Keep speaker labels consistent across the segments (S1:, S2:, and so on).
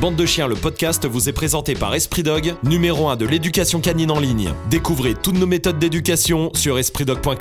S1: Bande de chiens, le podcast vous est présenté par Esprit Dog, numéro 1 de l'éducation canine en ligne. Découvrez toutes nos méthodes d'éducation sur espritdog.com.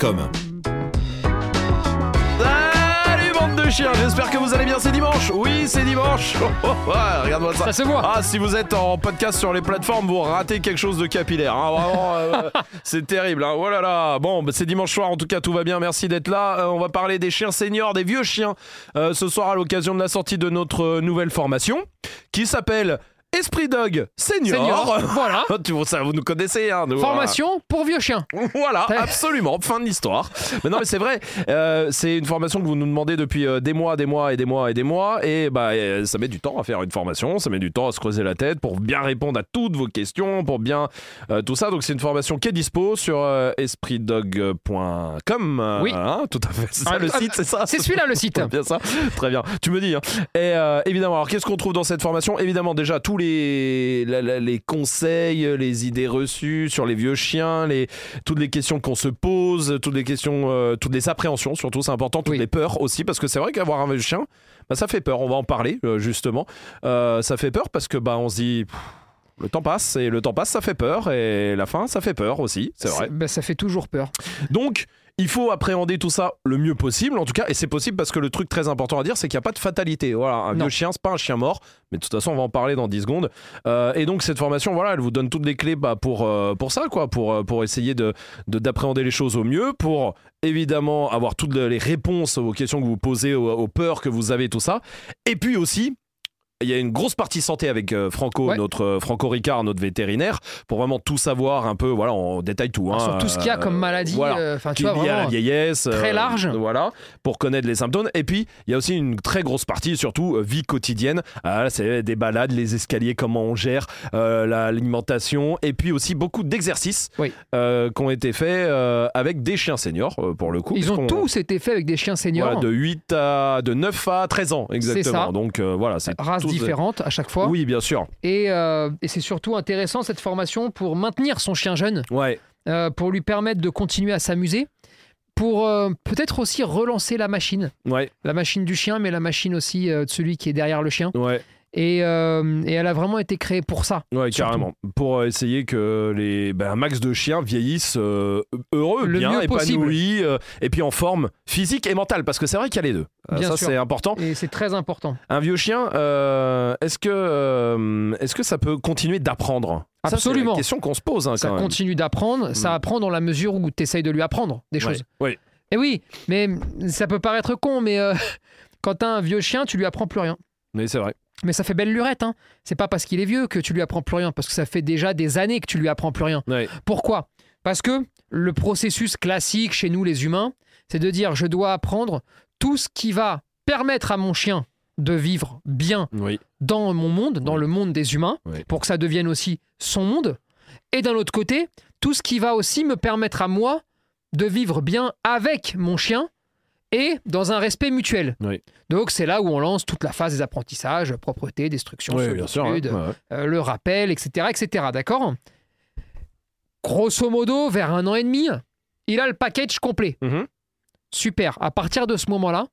S2: Salut bande de chiens, j'espère que vous allez bien, c'est dimanche Oui, c'est dimanche Oh, oh, oh, Regarde-moi ça
S3: Ça se voit.
S2: Ah, si vous êtes en podcast sur les plateformes, vous ratez quelque chose de capillaire. hein. Vraiment, euh, c'est terrible. Hein. Oh là là. Bon, bah, c'est dimanche soir, en tout cas, tout va bien. Merci d'être là. Euh, on va parler des chiens seniors, des vieux chiens, euh, ce soir à l'occasion de la sortie de notre euh, nouvelle formation qui s'appelle Esprit Dog Senior. Ah,
S3: Senior, voilà.
S2: Tu- ça, vous nous connaissez, hein, nous, hein.
S3: Formation pour vieux chiens.
S2: Voilà, absolument, fin de l'histoire. Mais non, mais c'est vrai, euh, c'est une formation que vous nous demandez depuis euh, des mois, des mois et des mois et des mois. Et bah, euh, ça met du temps à faire une formation, ça met du temps à se creuser la tête pour bien répondre à toutes vos questions, pour bien euh, tout ça. Donc, c'est une formation qui est dispo sur euh, espritdog.com. euh,
S3: Oui.
S2: hein, tout à fait. C'est ça
S3: Ah,
S2: le
S3: ah,
S2: site, c'est ça
S3: C'est celui-là le site.
S2: c'est bien ça. Très bien. Tu me dis. hein. Et euh, évidemment, alors qu'est-ce qu'on trouve dans cette formation Évidemment, déjà tous les la- la- les conseils, les idées reçues sur les vieux chiens, les toutes les questions qu'on se pose, toutes les questions, euh, toutes les appréhensions. Surtout, c'est important. Toutes
S3: Oui.
S2: les peurs aussi, parce que c'est vrai qu'avoir un vieux chien, bah, ça fait peur. On va en parler euh, justement. Euh, ça fait peur parce que bah on se dit. pff, Le temps passe et le temps passe, ça fait peur et la fin, ça fait peur aussi, c'est vrai.
S3: Ben, ça fait toujours peur.
S2: Donc, il faut appréhender tout ça le mieux possible, en tout cas, et c'est possible parce que le truc très important à dire, c'est qu'il n'y a pas de fatalité. Voilà, un
S3: Non.
S2: vieux chien, c'est pas un chien mort, mais de toute façon, on va en parler dans 10 secondes. Euh, et donc, cette formation, voilà, elle vous donne toutes les clés bah, pour, euh, pour ça, quoi, pour, euh, pour essayer de de- d'appréhender les choses au mieux, pour évidemment avoir toutes les réponses aux questions que vous posez, aux, aux peurs que vous avez, tout ça. Et puis aussi. Il y a une grosse partie santé avec euh, Franco,
S3: Ouais.
S2: notre euh, Franco Ricard, notre vétérinaire, pour vraiment tout savoir un peu. Voilà, on détaille tout. hein.
S3: Sur tout ce qu'il y a comme
S2: Euh,
S3: maladie.
S2: voilà
S3: euh, Enfin,
S2: qui
S3: tu
S2: est
S3: vois,
S2: lié à la
S3: vraiment.
S2: vieillesse. euh,
S3: très large.
S2: Voilà, pour connaître les symptômes. Et puis, il y a aussi une très grosse partie, surtout euh, vie quotidienne. Ah, là, c'est des balades, les escaliers, comment on gère euh, la- l'alimentation. Et puis aussi beaucoup d'exercices
S3: Oui.
S2: euh, qui ont été faits euh, avec des chiens seniors, euh, pour le coup.
S3: Ils ont
S2: puisqu'on-
S3: tous été faits avec des chiens seniors.
S2: voilà, de 8 à de 9 à 13 ans, exactement.
S3: ça.
S2: Donc euh, voilà, c'est
S3: Races
S2: tous-
S3: différentes à chaque fois.
S2: Oui, bien sûr.
S3: Et, euh, et c'est surtout intéressant cette formation pour maintenir son chien jeune,
S2: Ouais.
S3: euh, pour lui permettre de continuer à s'amuser, pour euh, peut-être aussi relancer la machine.
S2: Ouais,
S3: La machine du chien, mais la machine aussi euh, de celui qui est derrière le chien.
S2: ouais,
S3: Et, euh, et elle a vraiment été créée pour ça.
S2: ouais,
S3: Surtout.
S2: carrément. Pour euh, essayer que les ben, un max de chiens vieillissent euh, heureux,
S3: Le
S2: bien
S3: mieux possible.
S2: épanouis, euh, et puis en forme physique et mentale, parce que c'est vrai qu'il y a les deux. Euh,
S3: Bien
S2: ça
S3: sûr.
S2: c'est important.
S3: Et c'est très important.
S2: Un vieux chien, euh, est-ce que euh, est-ce que ça peut continuer d'apprendre Ça, c'est
S3: Absolument.
S2: la question qu'on se pose hein, quand
S3: Ça
S2: même.
S3: continue d'apprendre, ça
S2: Mm.
S3: apprend dans la mesure où tu essayes de lui apprendre des
S2: Ouais.
S3: choses.
S2: Oui.
S3: Et oui, mais ça peut paraître con, mais euh, quand t'as un vieux chien, tu lui apprends plus rien.
S2: Mais c'est vrai.
S3: Mais ça fait belle lurette, hein. C'est pas parce qu'il est vieux que tu lui apprends plus rien, parce que ça fait déjà des années que tu lui apprends plus rien.
S2: Ouais.
S3: Pourquoi Parce que le processus classique chez nous les humains, c'est de dire je dois apprendre tout ce qui va permettre à mon chien de vivre bien
S2: Oui.
S3: dans mon monde, dans
S2: Oui.
S3: le monde des humains,
S2: Oui.
S3: pour que ça devienne aussi son monde. Et d'un autre côté, tout ce qui va aussi me permettre à moi de vivre bien avec mon chien et dans un respect mutuel.
S2: Oui.
S3: Donc c'est là où on lance toute la phase des apprentissages, propreté, destruction,
S2: Ouais, bien sûr. hein.
S3: solitude,
S2: Ouais, ouais.
S3: euh, le rappel, etc. etc. D'accord Grosso modo, vers un an et demi, il a le package complet.
S2: Mhm.
S3: Super. À partir de ce moment-là,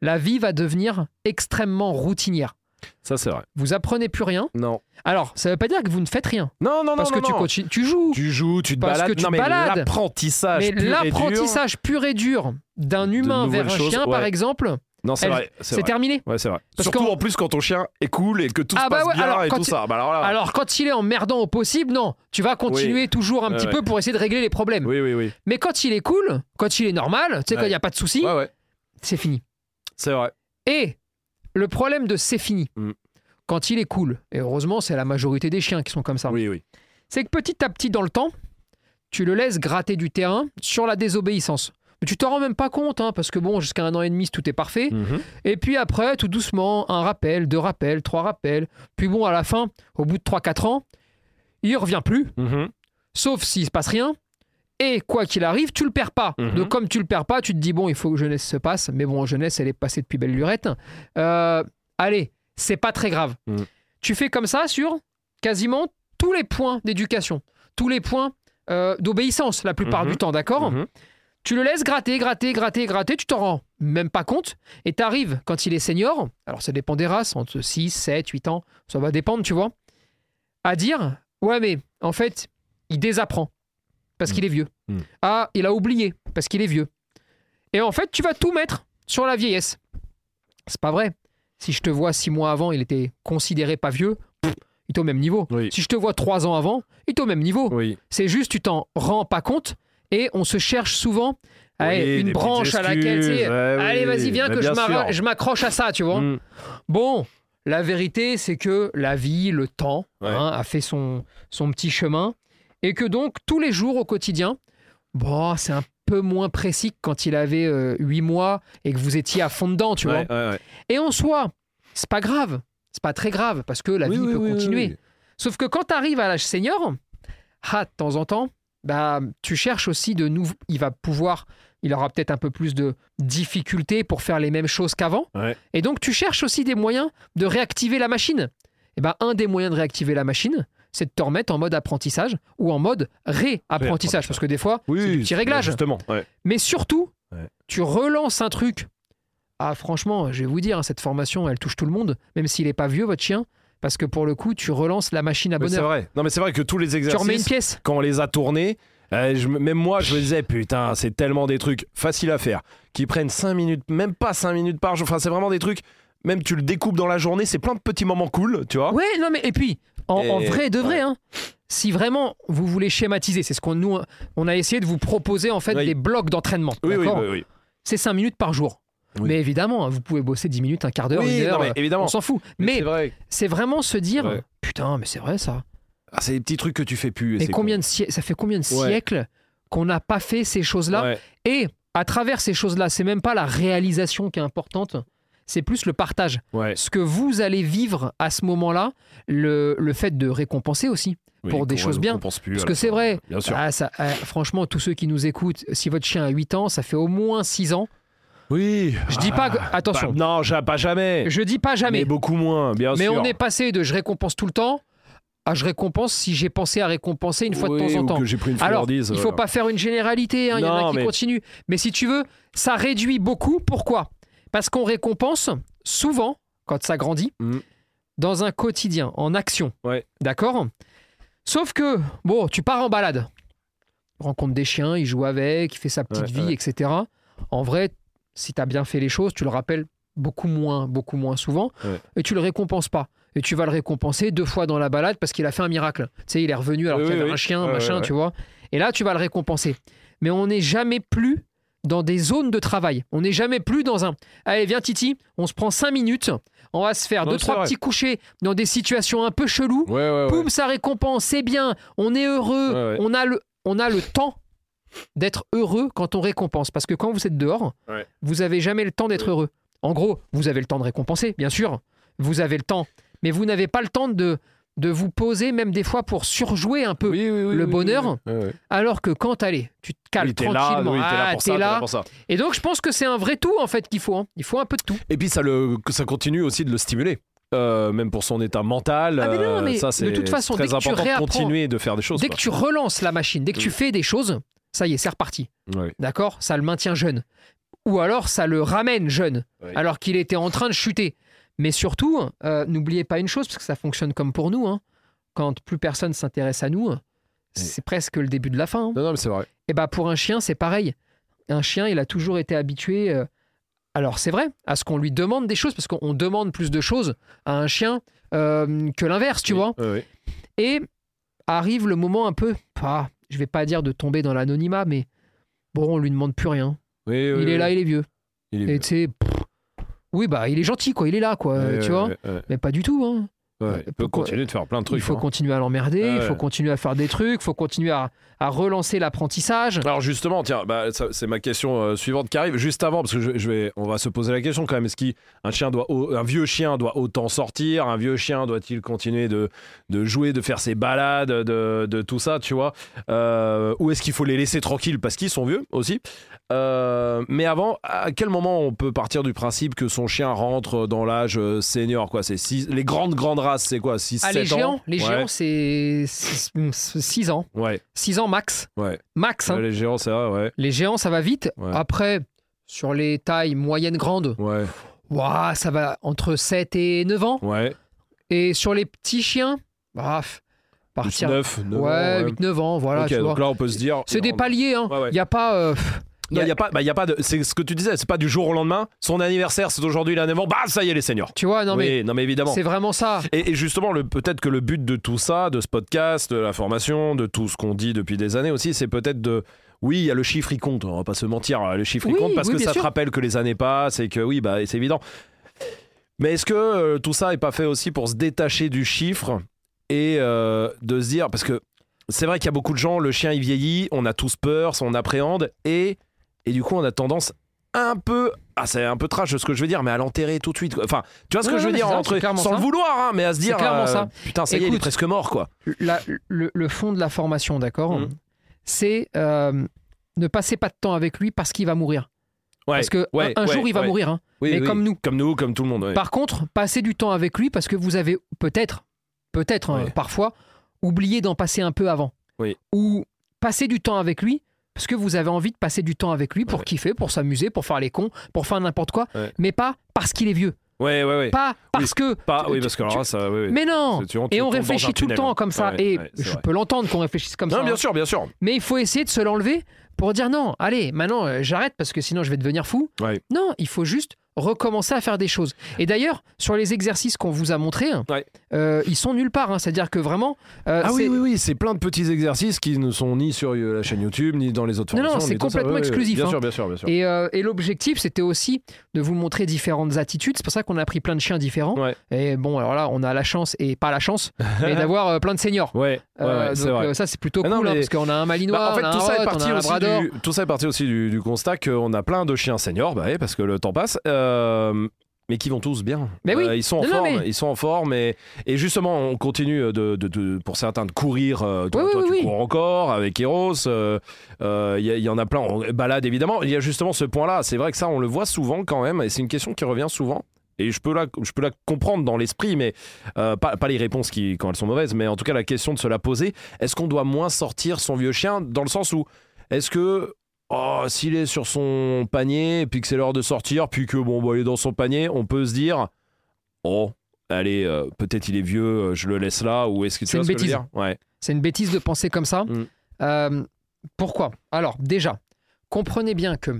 S3: la vie va devenir extrêmement routinière.
S2: Ça c'est vrai.
S3: Vous apprenez plus rien.
S2: Non.
S3: Alors, ça ne veut pas dire que vous ne faites rien.
S2: Non non non.
S3: parce
S2: non,
S3: que tu
S2: non.
S3: continues, tu joues.
S2: Tu joues, tu te
S3: Parce
S2: balades.
S3: que tu
S2: non
S3: te
S2: mais
S3: balades.
S2: l'apprentissage.
S3: Mais
S2: pur et dur.
S3: l'apprentissage pur et dur d'un humain vers un
S2: nouvelles choses,
S3: chien, par
S2: ouais.
S3: exemple,
S2: Non c'est
S3: elle-
S2: vrai. C'est
S3: c'est
S2: vrai.
S3: terminé.
S2: Ouais, c'est vrai.
S3: Parce
S2: Surtout
S3: qu'en-
S2: en plus quand ton chien est cool et que tout
S3: Ah
S2: se
S3: bah
S2: passe
S3: ouais,
S2: bien
S3: alors,
S2: et
S3: quand
S2: tout
S3: tu-
S2: ça. Bah alors là.
S3: Alors, quand il est emmerdant au possible, non. Tu vas continuer toujours un
S2: Ouais,
S3: petit
S2: ouais.
S3: peu pour essayer de régler les problèmes.
S2: Oui oui oui.
S3: Mais quand il est cool, quand il est normal, tu sais, quand
S2: Ouais.
S3: il n'y a pas de souci,
S2: Ouais ouais.
S3: c'est fini.
S2: C'est vrai.
S3: Et le problème de c'est fini,
S2: Mm.
S3: quand il est cool, et heureusement, c'est la majorité des chiens qui sont comme ça,
S2: Oui oui.
S3: c'est que petit à petit, dans le temps, tu le laisses gratter du terrain sur la désobéissance. Mais tu t'en rends même pas compte, hein, parce que bon, jusqu'à un an et demi, tout est
S2: Mm.
S3: parfait.
S2: Mhm.
S3: Et puis après, tout doucement, un rappel, deux rappels, trois rappels. Puis bon, à la fin, au bout de 3-4 ans, il revient plus,
S2: Mhm.
S3: sauf s'il se passe rien. Et quoi qu'il arrive, tu le perds pas.
S2: Mhm.
S3: Donc comme tu le perds pas, tu te dis bon, il faut que jeunesse se passe. Mais bon, jeunesse, elle est passée depuis belle lurette. Euh, allez, c'est pas très grave.
S2: Mhm.
S3: Tu fais comme ça sur quasiment tous les points d'éducation, tous les points euh, d'obéissance la plupart
S2: Mhm.
S3: du temps, d'accord
S2: Mhm.
S3: Tu le laisses gratter, gratter, gratter, gratter, tu t'en rends même pas compte. Et tu arrives quand il est senior, alors ça dépend des races, entre 6, 7, 8 ans, ça va dépendre, tu vois, à dire Ouais, mais en fait, il désapprend parce
S2: Mm.
S3: qu'il est vieux.
S2: Mm.
S3: Ah, il a oublié parce qu'il est vieux. Et en fait, tu vas tout mettre sur la vieillesse. C'est pas vrai. Si je te vois 6 mois avant, il était considéré pas vieux, pff, il est au même niveau.
S2: Oui.
S3: Si je te vois 3 ans avant, il est au même niveau.
S2: Oui.
S3: C'est juste, tu t'en rends pas compte et on se cherche souvent à
S2: Oui, des
S3: une branche à
S2: petites
S3: laquelle. tu sais,
S2: excuses, ouais, oui,
S3: Allez, vas-y, viens
S2: mais
S3: que je
S2: bien
S3: m'arra-
S2: sûr.
S3: je m'accroche à ça, tu vois.
S2: Mm.
S3: Bon, la vérité, c'est que la vie, le temps,
S2: Ouais.
S3: hein, a fait son, son petit chemin et que donc, tous les jours au quotidien, bon, c'est un peu moins précis que quand il avait 8 mois et que vous étiez à fond dedans, tu vois.
S2: Ouais, ouais, ouais.
S3: Et en soi, c'est pas grave. C'est pas très grave parce que la
S2: Oui,
S3: vie
S2: oui,
S3: peut
S2: oui, oui,
S3: continuer.
S2: oui.
S3: Sauf que quand tu arrives à l'âge senior, ah, de temps en temps, bah, tu cherches aussi de nouveaux. Il va pouvoir. Il aura peut-être un peu plus de difficultés pour faire les mêmes choses qu'avant.
S2: Ouais.
S3: Et donc, tu cherches aussi des moyens de réactiver la machine. Et ben un des moyens de réactiver la machine, c'est de te remettre en mode apprentissage ou en mode réapprentissage. Parce que des fois,
S2: Oui,
S3: c'est du petit réglage.
S2: Justement. ouais.
S3: Mais surtout,
S2: Ouais.
S3: tu relances un truc. Ah, franchement, je vais vous dire, hein, cette formation, elle touche tout le monde, même s'il n'est pas vieux, votre chien, parce que pour le coup, tu relances la machine à
S2: Mais c'est
S3: bonheur.
S2: vrai. Non, mais c'est vrai que tous les
S3: Tu remets une
S2: exercices,
S3: pièce.
S2: quand on les a tournés, euh, je me- même moi, je me disais, putain, c'est tellement des trucs faciles à faire, qui prennent 5 minutes, même pas 5 minutes par jour. Enfin, c'est vraiment des trucs, même tu le découpes dans la journée, c'est plein de petits moments cool, tu vois.
S3: Ouais, non, mais et puis, en, en
S2: Oh. Et-
S3: vrai, de vrai, hein, si vraiment vous voulez schématiser, c'est ce qu'on nous, on a essayé de vous proposer en fait
S2: Oui.
S3: des blocs d'entraînement.
S2: oui, oui,
S3: d'accord
S2: oui, oui.
S3: C'est 5 minutes par jour.
S2: Oui.
S3: Mais évidemment, hein, vous pouvez bosser 10 minutes, un quart d'heure,
S2: Oui,
S3: une
S2: non,
S3: heure,
S2: mais
S3: euh,
S2: évidemment.
S3: on s'en fout.
S2: Mais
S3: Mais,
S2: c'est vrai.
S3: c'est vraiment se dire,
S2: Ouais.
S3: putain, mais c'est vrai ça.
S2: Ah, c'est des petits trucs que tu fais plus.
S3: Mais combien de siè- ça fait combien de
S2: Ouais.
S3: siècles qu'on n'a pas fait ces choses-là Et à travers ces choses-là, c'est même pas la réalisation qui est importante, c'est plus le partage.
S2: Ouais.
S3: Ce que vous allez vivre à ce moment-là, le, le fait de récompenser aussi. pour des choses bien. Parce que c'est vrai.
S2: hein, Bien sûr.
S3: Ah, ça- ah, franchement, tous ceux qui nous écoutent, si votre chien a 8 ans, ça fait au moins 6 ans.
S2: oui.
S3: Je dis pas que- attention.
S2: Ah, bah, non, ja- pas jamais.
S3: Je dis pas jamais.
S2: Mais beaucoup moins, bien
S3: Mais
S2: sûr.
S3: on est passé de je récompense tout le temps à je récompense si j'ai pensé à récompenser une fois
S2: Oui,
S3: de temps en
S2: ou
S3: temps.
S2: que j'ai pris une
S3: Alors, il
S2: friandise,
S3: faut
S2: voilà.
S3: pas faire une généralité, hein, il y en
S2: Non,
S3: a qui
S2: mais-
S3: continuent. Mais si tu veux, ça réduit beaucoup. Pourquoi Parce qu'on récompense souvent, quand ça grandit,
S2: Mm.
S3: dans un quotidien, en action.
S2: Ouais.
S3: D'accord Sauf que, bon, tu pars en balade. Tu rencontres des chiens, il joue avec, il fait sa petite
S2: Ouais,
S3: vie,
S2: ouais.
S3: etc. En vrai, si tu as bien fait les choses, tu le rappelles beaucoup moins, beaucoup moins souvent,
S2: Ouais.
S3: et tu le récompenses pas. Et tu vas le récompenser deux fois dans la balade parce qu'il a fait un miracle. Tu sais, il est revenu alors
S2: Oui,
S3: qu'il y
S2: oui,
S3: avait
S2: oui.
S3: un chien,
S2: Ouais,
S3: machin,
S2: ouais, ouais.
S3: tu vois. Et là, tu vas le récompenser. Mais on n'est jamais plus dans des zones de travail. On n'est jamais plus dans un. Allez, viens Titi, on se prend cinq minutes, on va se faire
S2: Non,
S3: deux
S2: c'est
S3: trois
S2: vrai.
S3: petits couchers dans des situations un peu cheloues.
S2: Ouais, ouais, ouais.
S3: Poum, ça récompense, c'est bien, on est heureux,
S2: Ouais, ouais.
S3: on a le, on a le temps d'être heureux quand on récompense. Parce que quand vous êtes dehors,
S2: Ouais.
S3: vous avez jamais le temps d'être heureux. En gros, vous avez le temps de récompenser, bien sûr, vous avez le temps, mais vous n'avez pas le temps de, de vous poser, même des fois pour surjouer un peu.
S2: Oui, oui, oui,
S3: le
S2: oui,
S3: bonheur.
S2: oui, oui. Ouais, ouais.
S3: Alors que quand allez, tu te calmes
S2: Oui, t'es là,
S3: tranquillement,
S2: oui, t'es là
S3: Ah,
S2: pour ça,
S3: t'es
S2: t'es là
S3: là.
S2: pour ça.
S3: Et donc je pense que c'est un vrai tout en fait qu'il faut. hein. Il faut un peu de tout.
S2: Et puis ça, le, ça continue aussi de le stimuler. Euh, même pour son état mental,
S3: Ah, mais non,
S2: euh,
S3: mais
S2: ça
S3: de
S2: c'est
S3: toute façon,
S2: très
S3: dès que tu
S2: important de
S3: réapprends-
S2: continuer de faire des choses.
S3: Dès que tu relances la machine, dès que
S2: Mm.
S3: tu fais des choses, ça y est, c'est reparti.
S2: quoi. Ouais.
S3: D'accord Ça le maintient jeune. Ou alors ça le ramène jeune,
S2: Oui.
S3: alors qu'il était en train de chuter. Mais surtout, euh, n'oubliez pas une chose, parce que ça fonctionne comme pour nous. hein. Quand plus personne s'intéresse à nous, euh, c'est presque le début de la fin. hein.
S2: Non, non, mais c'est vrai.
S3: Et bah pour un chien, c'est pareil. Un chien, il a toujours été habitué, euh, alors c'est vrai, à ce qu'on lui demande des choses, parce qu'on demande plus de choses à un chien euh, que l'inverse, tu
S2: Oui,
S3: vois.
S2: ouais, ouais.
S3: Et arrive le moment un peu, pas, je vais pas dire de tomber dans l'anonymat, mais bon, on lui demande plus rien.
S2: Oui, oui,
S3: il
S2: oui.
S3: est là, il est vieux.
S2: Il est-
S3: Et tu sais, pff, oui, bah il est gentil, quoi, il est là, quoi,
S2: Ouais,
S3: euh, tu
S2: ouais,
S3: vois.
S2: ouais, ouais.
S3: Mais pas du tout, hein.
S2: Ouais, Il peut
S3: Pourquoi-
S2: continuer de faire plein de trucs.
S3: il faut
S2: hein.
S3: continuer à l'emmerder,
S2: Ouais,
S3: il faut
S2: ouais.
S3: continuer à faire des trucs, il faut continuer à, à relancer l'apprentissage.
S2: Alors justement, tiens, bah, ça- c'est ma question euh, suivante qui arrive juste avant parce que je, je vais, on va se poser la question quand même. Est-ce qu'un chien doit, au- un vieux chien doit autant sortir Un vieux chien doit-il continuer de, de jouer, de faire ses balades, de, de tout ça, tu vois Euh, Ou est-ce qu'il faut les laisser tranquilles parce qu'ils sont vieux aussi Euh, Mais avant, à quel moment on peut partir du principe que son chien rentre dans l'âge euh, senior Quoi, c'est six- les grandes grandes race, c'est quoi 6,
S3: Ah, les
S2: 7 ans
S3: géants, les
S2: Ouais,
S3: géants, c'est 6 ans.
S2: Ouais,
S3: 6 ans max.
S2: ouais.
S3: Max. hein.
S2: Ouais, Les géants, c'est vrai, ouais.
S3: Les géants, ça va vite.
S2: Ouais.
S3: Après, sur les tailles moyennes grandes,
S2: Ouais,
S3: ouah, ça va entre 7 et 9 ans.
S2: ouais.
S3: Et sur les petits chiens, bref, partir.
S2: 9, 9
S3: ouais, 8-9 ans, voilà.
S2: ok,
S3: tu vois.
S2: donc là, on peut se dire.
S3: C'est des
S2: on-
S3: paliers, hein. Il
S2: Ouais, ouais.
S3: n'y a pas. euh, pff,
S2: Non, il y a pas, bah, il y a pas de. C'est ce que tu disais, c'est pas du jour au lendemain. Son anniversaire, c'est aujourd'hui, il a 9 ans. Bah, ça y est, les seniors.
S3: tu vois, non
S2: oui, non, mais
S3: mais
S2: évidemment.
S3: c'est vraiment ça.
S2: Et, et justement, le- peut-être que le but de tout ça, de ce podcast, de la formation, de tout ce qu'on dit depuis des années aussi, c'est peut-être de. Oui, il y a le chiffre, il compte. On va pas se mentir, hein, le chiffre, il
S3: Oui,
S2: compte parce
S3: oui,
S2: que
S3: bien
S2: ça te
S3: sûr.
S2: rappelle que les années passent et que oui, bah, c'est évident. Mais est-ce que euh, tout ça est pas fait aussi pour se détacher du chiffre et euh, de se dire. Parce que c'est vrai qu'il y a beaucoup de gens, le chien, il vieillit, on a tous peur, on appréhende et, et du coup, on a tendance un peu. Ah, c'est un peu trash ce que je veux dire, mais à l'enterrer tout de suite. quoi. Enfin, tu vois ce que
S3: Ouais,
S2: je veux
S3: mais
S2: dire
S3: c'est ça,
S2: entre,
S3: c'est clairement
S2: Sans le
S3: ça.
S2: vouloir, hein, mais à se dire.
S3: clairement euh, ça.
S2: Putain, ça y est, il est
S3: Écoute.
S2: presque mort, quoi.
S3: La- le, le fond de la formation, d'accord
S2: Mhm.
S3: C'est euh, ne passez pas de temps avec lui parce qu'il va mourir.
S2: Ouais,
S3: parce que
S2: ouais,
S3: un, un
S2: ouais,
S3: jour, il va
S2: ouais.
S3: mourir. hein.
S2: Oui,
S3: mais
S2: oui.
S3: comme nous.
S2: Comme nous, comme tout le monde. ouais.
S3: Par contre, passez du temps avec lui parce que vous avez peut-être, peut-être hein,
S2: Ouais.
S3: parfois, oublié d'en passer un peu avant.
S2: Oui.
S3: Ou passez du temps avec lui parce que vous avez envie de passer du temps avec lui pour
S2: Ouais.
S3: kiffer, pour s'amuser, pour faire les cons, pour faire n'importe quoi,
S2: Ouais.
S3: mais pas parce qu'il est vieux,
S2: Ouais, ouais, ouais.
S3: pas parce que.
S2: Pas, oui,
S3: tu-
S2: parce que alors
S3: tu-
S2: là, ça. oui, oui.
S3: Mais non.
S2: C'est- tu- tu
S3: Et on
S2: tombes dans un
S3: réfléchit tout le
S2: tunnel. hein.
S3: temps comme ça.
S2: Ouais,
S3: et
S2: ouais, c'est
S3: je
S2: vrai.
S3: peux l'entendre qu'on réfléchisse comme
S2: Non,
S3: ça.
S2: bien
S3: hein.
S2: sûr, bien sûr.
S3: Mais il faut essayer de se l'enlever pour dire non, allez, maintenant euh, j'arrête parce que sinon je vais devenir fou.
S2: Ouais.
S3: Non, il faut juste recommencer à faire des choses. Et d'ailleurs, sur les exercices qu'on vous a montrés, hein,
S2: Ouais.
S3: euh, ils sont nulle part. hein. C'est-à-dire que vraiment... euh,
S2: Ah oui,
S3: c'est-
S2: oui, oui, c'est plein de petits exercices qui ne sont ni sur euh, la chaîne YouTube, ni dans les autres
S3: Non, non,
S2: formations,
S3: c'est
S2: ni dans ça.
S3: complètement
S2: Ouais, ouais,
S3: exclusif,
S2: Bien
S3: hein.
S2: sûr, bien sûr, bien sûr.
S3: Et, euh, et l'objectif, c'était aussi de vous montrer différentes attitudes. C'est pour ça qu'on a pris plein de chiens différents.
S2: Ouais.
S3: Et bon, alors là, on a la chance et pas la chance, mais d'avoir euh, plein de seniors.
S2: Ouais, ouais,
S3: Euh,
S2: ouais,
S3: donc
S2: c'est vrai.
S3: euh, ça, c'est plutôt
S2: Ah
S3: cool
S2: non,
S3: hein,
S2: mais-
S3: parce qu'on a un malinois,
S2: Bah, en
S3: on a
S2: fait,
S3: un
S2: tout ça, est
S3: Roth,
S2: parti
S3: on a un
S2: aussi
S3: labrador.
S2: du, tout ça est parti aussi du, du constat qu'on a plein de chiens seniors, bah, ouais, parce que le temps passe, euh, mais qui vont tous bien.
S3: Mais oui.
S2: Euh, ils sont en
S3: Non, non,
S2: forme,
S3: mais-
S2: ils sont en forme, et, et justement, on continue de, de- de- pour certains de courir. euh, toi,
S3: Oui,
S2: toi,
S3: oui,
S2: tu
S3: oui.
S2: cours encore avec Eros. euh, euh, Il y, a- il y en a plein. On balade évidemment. Il y a justement ce point-là. C'est vrai que ça, on le voit souvent quand même, et c'est une question qui revient souvent. Et je peux la, je peux la comprendre dans l'esprit, mais euh, pas, pas les réponses qui, quand elles sont mauvaises, mais en tout cas la question de se la poser. Est-ce qu'on doit moins sortir son vieux chien dans le sens où est-ce que oh, s'il est sur son panier, puis que c'est l'heure de sortir, puis que bon, bah, il est dans son panier, on peut se dire oh, allez, euh, peut-être il est vieux, euh, je le laisse là, ou est-ce que tu
S3: C'est
S2: vois
S3: une
S2: ce que je veux
S3: bêtise.
S2: dire Ouais,
S3: C'est une bêtise de penser comme ça.
S2: Mm.
S3: Euh, pourquoi Alors, déjà, comprenez bien que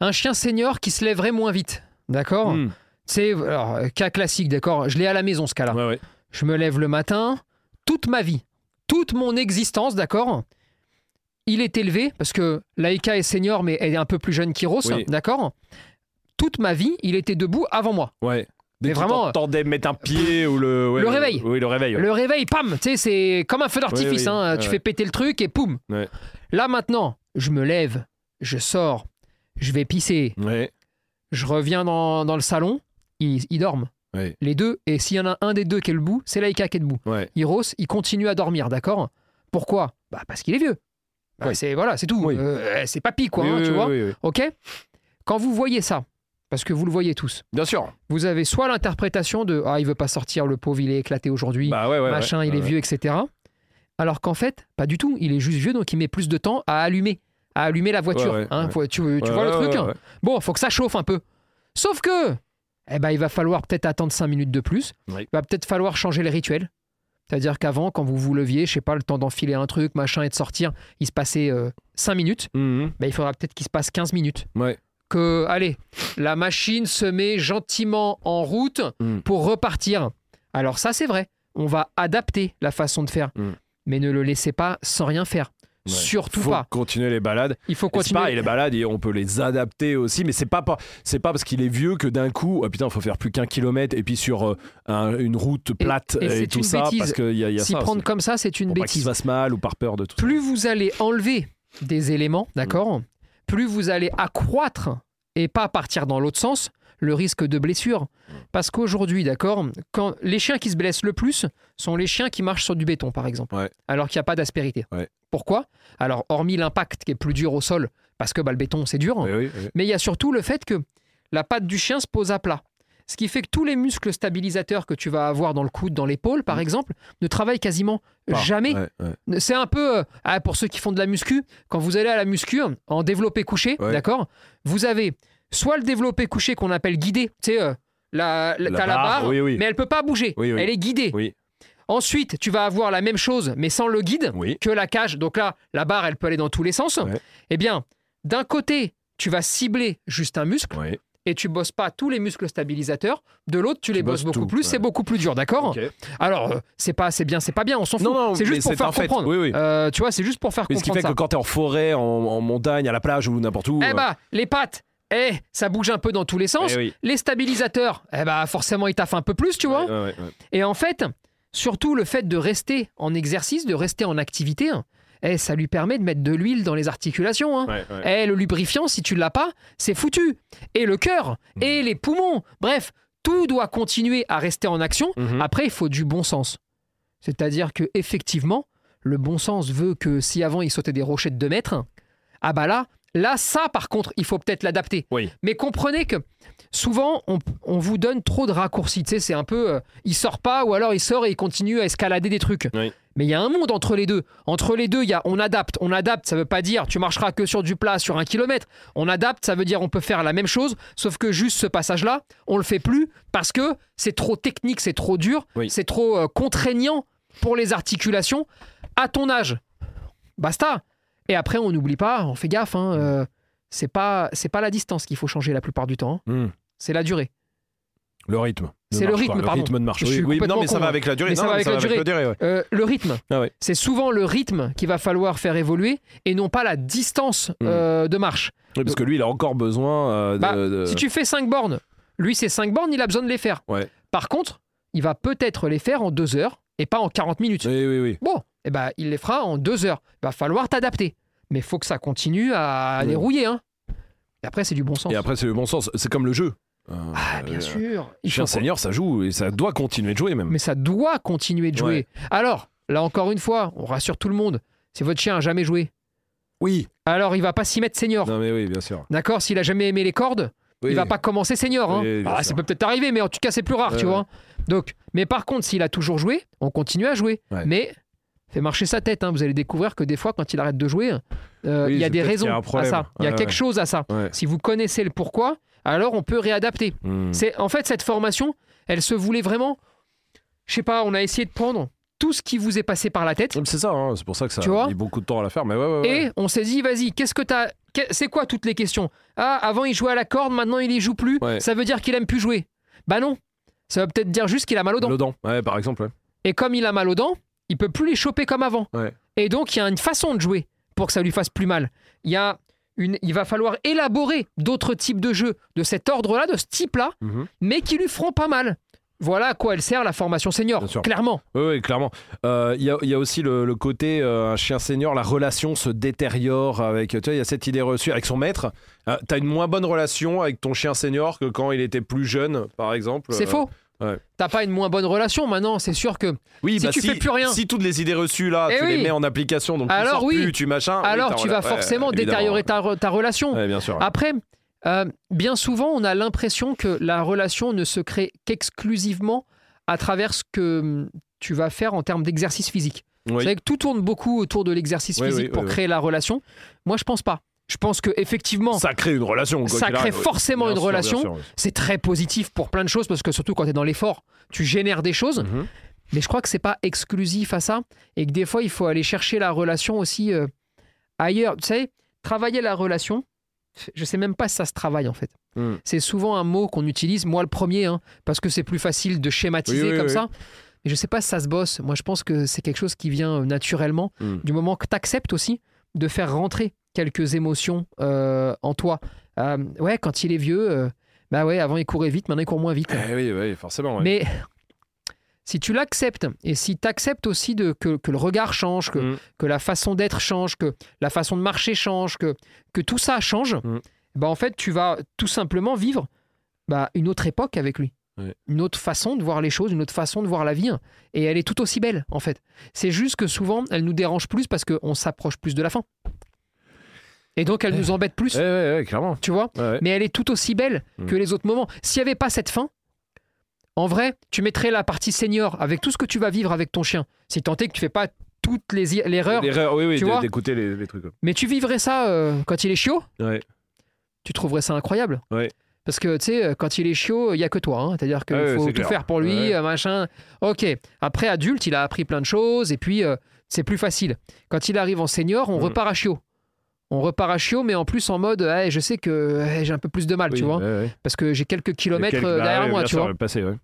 S3: un chien senior qui se lèverait moins vite, d'accord
S2: Mm.
S3: C'est alors, euh, cas classique, d'accord Je l'ai à la maison, ce cas-là.
S2: ouais, ouais.
S3: Je me lève le matin, toute ma vie, toute mon existence, d'accord Il est élevé, parce que Laïka est senior, mais elle est un peu plus jeune qu'Iros,
S2: Oui.
S3: d'accord Toute ma vie, il était debout avant moi.
S2: ouais.
S3: Mais
S2: que
S3: vraiment-
S2: t'entendais mettre un pied ou le. ouais,
S3: Le réveil.
S2: Oui, le réveil. ouais.
S3: Le réveil, pam, tu sais, c'est comme un feu d'artifice.
S2: Oui, oui,
S3: hein,
S2: ouais,
S3: tu
S2: ouais.
S3: fais péter le truc et poum.
S2: Ouais.
S3: Là maintenant, je me lève, je sors, je vais pisser,
S2: Ouais,
S3: je reviens dans, dans le salon, ils, ils dorment.
S2: ouais,
S3: Les deux, et s'il y en a un des deux qui est le bout, c'est Laïka qui est debout.
S2: ouais.
S3: Hiros, il continue à dormir, d'accord Pourquoi bah, Parce qu'il est vieux. Bah,
S2: Oui.
S3: C'est voilà, c'est tout.
S2: Oui.
S3: Euh, c'est papy, quoi,
S2: Oui,
S3: hein,
S2: oui,
S3: tu
S2: oui,
S3: vois.
S2: oui, oui.
S3: Ok Quand vous voyez ça, parce que vous le voyez tous,
S2: Bien sûr.
S3: vous avez soit l'interprétation de Ah, il veut pas sortir, le pauvre, il est éclaté aujourd'hui
S2: Bah ouais, ouais.
S3: machin,
S2: ouais.
S3: il est
S2: Ouais,
S3: vieux, etc. Alors qu'en fait, pas du tout. Il est juste vieux, donc il met plus de temps à allumer, à allumer la voiture.
S2: Ouais, ouais,
S3: hein.
S2: ouais.
S3: Faut- tu tu
S2: ouais,
S3: vois le
S2: ouais,
S3: truc
S2: ouais,
S3: hein.
S2: ouais.
S3: Bon, faut que ça chauffe un peu. Sauf que, eh ben, il va falloir peut-être attendre 5 minutes de plus.
S2: Oui.
S3: Il va peut-être falloir changer les rituels. C'est-à-dire qu'avant, quand vous vous leviez, je sais pas, le temps d'enfiler un truc, machin, et de sortir, il se passait 5 minutes.
S2: Mhm.
S3: Ben, il faudra peut-être qu'il se passe 15 minutes.
S2: Ouais.
S3: Que, allez, la machine se met gentiment en route
S2: Mm.
S3: pour repartir. Alors ça, c'est vrai. On va adapter la façon de faire.
S2: Mm.
S3: Mais ne le laissez pas sans rien faire.
S2: Ouais.
S3: Surtout
S2: Faut
S3: pas.
S2: continuer les balades.
S3: Il faut
S2: Et C'est pareil,
S3: continuer.
S2: les balades, et on peut les adapter aussi, mais c'est pas, pas- c'est pas parce qu'il est vieux que d'un coup, ah putain, faut faire plus qu'un kilomètre et puis sur euh, un- une route plate
S3: et
S2: et,
S3: c'est
S2: tout
S3: une
S2: ça,
S3: bêtise.
S2: parce qu'il y a, il y a
S3: S'y
S2: ça. aussi.
S3: prendre comme ça, c'est une
S2: Pour pas qu'il se
S3: bêtise.
S2: fasse mal ou par peur de tout ça.
S3: Plus vous allez enlever des éléments,
S2: Mm.
S3: d'accord Plus vous allez accroître et pas partir dans l'autre sens le risque de blessure.
S2: Mm.
S3: Parce qu'aujourd'hui, d'accord, quand les chiens qui se blessent le plus sont les chiens qui marchent sur du béton, par exemple,
S2: Ouais.
S3: alors qu'il n'y a pas d'aspérité.
S2: Ouais.
S3: Pourquoi Alors, hormis l'impact qui est plus dur au sol, parce que bah, le béton, c'est dur,
S2: Oui, oui, oui.
S3: mais il y a surtout le fait que la patte du chien se pose à plat. Ce qui fait que tous les muscles stabilisateurs que tu vas avoir dans le coude, dans l'épaule, par exemple, ne travaillent quasiment
S2: Mm. Pas.
S3: jamais.
S2: Ouais, ouais.
S3: C'est un peu, euh, ah, pour ceux qui font de la muscu, quand vous allez à la muscu, en développé couché,
S2: Ouais.
S3: d'accord Vous avez soit le développé couché qu'on appelle guidé, tu sais, euh, la, la-
S2: La
S3: t'as la
S2: barre,
S3: barre,
S2: oui, oui.
S3: mais elle peut pas bouger,
S2: Oui, oui.
S3: elle est guidée.
S2: Oui.
S3: Ensuite, tu vas avoir la même chose, mais sans le guide,
S2: Oui.
S3: que la cage. Donc là, la barre, elle peut aller dans tous les sens.
S2: Ouais.
S3: Eh bien, d'un côté, tu vas cibler juste un muscle
S2: Ouais.
S3: et tu bosses pas tous les muscles stabilisateurs. De l'autre, tu, les bosses,
S2: bosses tout,
S3: beaucoup plus.
S2: ouais.
S3: C'est beaucoup plus dur, d'accord
S2: Ok.
S3: Alors, euh, c'est pas, c'est bien, c'est pas bien. On s'en fout.
S2: Non, non,
S3: c'est
S2: mais
S3: juste pour
S2: c'est
S3: faire
S2: un fait.
S3: comprendre.
S2: Oui, oui.
S3: Euh, tu vois, c'est juste pour faire
S2: Mais ce qui
S3: comprendre
S2: fait
S3: ça.
S2: que quand t'es en forêt, en, en montagne, à la plage ou n'importe où.
S3: Eh
S2: euh,
S3: bah, les pattes. Eh, ça bouge un peu dans tous les sens.
S2: eh oui.
S3: Les stabilisateurs, eh bah forcément ils taffent un peu plus, tu vois.
S2: Ouais, ouais, ouais.
S3: Et en fait, surtout le fait de rester en exercice, de rester en activité, hein, eh, ça lui permet de mettre de l'huile dans les articulations. hein.
S2: Ouais, ouais.
S3: Eh, le lubrifiant, si tu l'as pas, c'est foutu. Et le cœur,
S2: Mm.
S3: et les poumons, bref, tout doit continuer à rester en action.
S2: Mhm.
S3: Après, il faut du bon sens. C'est-à-dire que effectivement, le bon sens veut que si avant il sautait des rochers de 2 mètres, ah bah là, là ça par contre, il faut peut-être l'adapter.
S2: Oui.
S3: Mais comprenez que souvent on, on vous donne trop de raccourcis. Tu sais, c'est un peu, euh, il sort pas ou alors il sort et il continue à escalader des trucs.
S2: Oui.
S3: Mais il y a un monde entre les deux. Entre les deux, il y a on adapte. On adapte, ça veut pas dire tu marcheras que sur du plat sur un kilomètre. On adapte, ça veut dire on peut faire la même chose, sauf que juste ce passage-là, on le fait plus parce que c'est trop technique, c'est trop dur,
S2: Oui.
S3: c'est trop euh, contraignant pour les articulations à ton âge. Basta. Et après, on n'oublie pas, on fait gaffe.
S2: Mm.
S3: Hein, euh, c'est pas c'est pas la distance qu'il faut changer la plupart du temps. hein.
S2: Mhm.
S3: C'est la durée.
S2: Le rythme. ne
S3: C'est le
S2: marche
S3: rythme,
S2: pas.
S3: pardon.
S2: Le rythme ne marche
S3: Je
S2: pas.
S3: suis
S2: Oui, non, mais
S3: complètement
S2: ça
S3: con, hein.
S2: va avec la durée.
S3: Mais
S2: Non,
S3: ça va
S2: mais
S3: avec la durée.
S2: ouais.
S3: Euh, le rythme.
S2: Ah ouais.
S3: C'est souvent le rythme qu'il va falloir faire évoluer et non pas la distance
S2: Mm.
S3: euh, de marche.
S2: Oui, parce que lui, il a encore besoin euh, de.
S3: Bah,
S2: de-
S3: Si tu fais 5 bornes, lui, c'est 5 bornes, il a besoin de les faire.
S2: Ouais.
S3: Par contre, il va peut-être les faire en 2 heures et pas en 40 minutes.
S2: Oui, oui, oui.
S3: Bon, eh ben, il les fera en 2 heures. Il va falloir t'adapter. Mais faut que ça continue à
S2: Oui.
S3: dérouiller. Hein. Et après, c'est du bon sens.
S2: Et après, c'est le bon sens. C'est comme le jeu. Euh,
S3: Ah, bien
S2: euh,
S3: sûr. Il
S2: Chien
S3: faut-
S2: Seigneur, ça joue et ça doit continuer de jouer même.
S3: Mais ça doit continuer de jouer. Alors, là encore une fois, on rassure tout le monde. Si votre chien a jamais joué,
S2: Oui.
S3: alors il va pas s'y mettre senior.
S2: Non, mais oui, bien sûr.
S3: D'accord S'il a jamais aimé les cordes,
S2: Oui.
S3: il va pas commencer senior. hein.
S2: Oui, bien
S3: Ah,
S2: sûr.
S3: ça peut peut-être arriver, mais en tout cas, c'est plus rare,
S2: Ouais,
S3: tu
S2: ouais.
S3: vois. Donc, mais par contre, s'il a toujours joué, on continue à jouer.
S2: Ouais.
S3: Mais fait marcher sa tête. hein. Vous allez découvrir que des fois, quand il arrête de jouer, euh,
S2: Oui,
S3: il y a
S2: c'est
S3: des
S2: peut-être
S3: raisons
S2: qu'il y a un
S3: à
S2: problème.
S3: ça. Il y a
S2: Ouais,
S3: quelque
S2: ouais.
S3: chose à ça.
S2: Ouais.
S3: Si vous connaissez le pourquoi, alors on peut réadapter.
S2: Mm.
S3: C'est en fait cette formation, elle se voulait vraiment. Je sais pas, on a essayé de prendre tout ce qui vous est passé par la tête.
S2: C'est ça, hein, c'est pour ça que ça
S3: Tu vois
S2: a mis beaucoup de temps à la faire. Mais ouais, ouais, ouais.
S3: Et on s'est dit, vas-y, qu'est-ce que t'as que- C'est quoi toutes les questions Ah, avant il jouait à la corde, maintenant il y joue plus.
S2: Ouais.
S3: Ça veut dire qu'il aime plus jouer. Bah non. Ça veut peut-être dire juste qu'il a mal aux dents.
S2: Le dent, ouais, par exemple. ouais.
S3: Et comme il a mal aux dents, il peut plus les choper comme avant.
S2: Ouais.
S3: Et donc il y a une façon de jouer pour que ça lui fasse plus mal. Il y a une, il va falloir élaborer d'autres types de jeux de cet ordre-là, de ce type-là,
S2: Mhm.
S3: mais qui lui feront pas mal. Voilà à quoi elle sert la formation senior,
S2: Bien sûr.
S3: clairement.
S2: Oui, oui, clairement. Euh, Il y, a- il y a aussi le, le côté euh, un chien senior, la relation se détériore avec. Tu vois, il y a cette idée reçue avec son maître. Euh, T'as une moins bonne relation avec ton chien senior que quand il était plus jeune, par exemple.
S3: C'est
S2: Euh,
S3: faux.
S2: ouais.
S3: T'as pas une moins bonne relation maintenant, c'est sûr que.
S2: Oui,
S3: Si
S2: bah
S3: tu fais plus rien.
S2: Si toutes les idées reçues là,
S3: Eh
S2: tu
S3: oui.
S2: les mets en application, donc
S3: Alors
S2: tu sors
S3: oui.
S2: plus, tu machin. Ah, oui,
S3: Alors
S2: t'as
S3: tu
S2: rela-
S3: vas
S2: ouais,
S3: forcément
S2: évidemment.
S3: détériorer ta, Ah, re- ta relation.
S2: Ouais, bien sûr. Ah,
S3: Après, euh, bien souvent, on a l'impression que la relation ne se crée qu'exclusivement à travers ce que hum, tu vas faire en termes d'exercice physique.
S2: Oui.
S3: C'est vrai que tout tourne beaucoup autour de l'exercice
S2: Oui,
S3: physique
S2: oui,
S3: pour
S2: oui,
S3: créer la relation. Moi, je pense pas. Je pense que effectivement,
S2: Ça crée une relation. quoi
S3: ça
S2: qu'il
S3: crée
S2: arrive. Oui.
S3: forcément
S2: Bien
S3: une
S2: sûr, bien
S3: relation.
S2: sûr, oui.
S3: C'est très positif pour plein de choses parce que surtout quand tu es dans l'effort, tu génères des choses.
S2: Mhm.
S3: Mais je crois que c'est pas exclusif à ça et que des fois il faut aller chercher la relation aussi euh, ailleurs. Tu sais, travailler la relation, je sais même pas si ça se travaille en fait.
S2: Mm.
S3: C'est souvent un mot qu'on utilise, moi le premier, hein, parce que c'est plus facile de schématiser
S2: Oui, oui,
S3: comme
S2: oui.
S3: ça. Mais je sais pas si ça se bosse. Moi je pense que c'est quelque chose qui vient euh, naturellement
S2: Mm.
S3: du moment que tu acceptes aussi de faire rentrer quelques émotions euh, en toi. Euh, ouais, quand il est vieux, euh, bah ouais, avant il courait vite, maintenant il court moins vite.
S2: Eh oui, oui, forcément. ouais.
S3: Mais si tu l'acceptes et si tu acceptes aussi de, que, que le regard change, que,
S2: Mm.
S3: que la façon d'être change, que la façon de marcher change, que, que tout ça change,
S2: Mm.
S3: bah en fait, tu vas tout simplement vivre bah, une autre époque avec lui.
S2: Ouais.
S3: Une autre façon de voir les choses, une autre façon de voir la vie. hein. Et elle est tout aussi belle, en fait. C'est juste que souvent, elle nous dérange plus parce qu'on s'approche plus de la fin. Et donc, elle nous embête plus,
S2: Eh ouais, ouais, clairement.
S3: tu vois
S2: Ouais, ouais.
S3: mais elle est tout aussi belle
S2: Mm.
S3: que les autres moments. S'il n'y avait pas cette fin, En vrai, tu mettrais la partie senior avec tout ce que tu vas vivre avec ton chien. Si tant est que tu fais pas toutes les i- l'erreur,
S2: L'erreur, oui, oui,
S3: Tu
S2: d-
S3: vois
S2: d'écouter les, les trucs.
S3: mais tu vivrais ça euh, quand il est chiot,
S2: Ouais.
S3: tu trouverais ça incroyable.
S2: Ouais.
S3: Parce que tu sais, euh, quand il est chiot, il y a que toi. hein. C'est-à-dire qu'il
S2: Ah ouais,
S3: faut
S2: c'est
S3: tout
S2: clair.
S3: faire pour lui,
S2: Ouais.
S3: euh, machin. Ok. Après adulte, il a appris plein de choses et puis euh, c'est plus facile. Quand il arrive en senior, on
S2: Mhm.
S3: repart à chiot. On repart à chiot, mais en plus en mode, eh, je sais que eh, j'ai un peu plus de mal,
S2: Oui,
S3: tu vois,
S2: ouais, ouais.
S3: parce que j'ai quelques kilomètres
S2: Quelques-
S3: euh,
S2: bah,
S3: derrière
S2: ouais,
S3: moi,
S2: bien
S3: tu
S2: sûr,
S3: vois.
S2: le passé, ouais.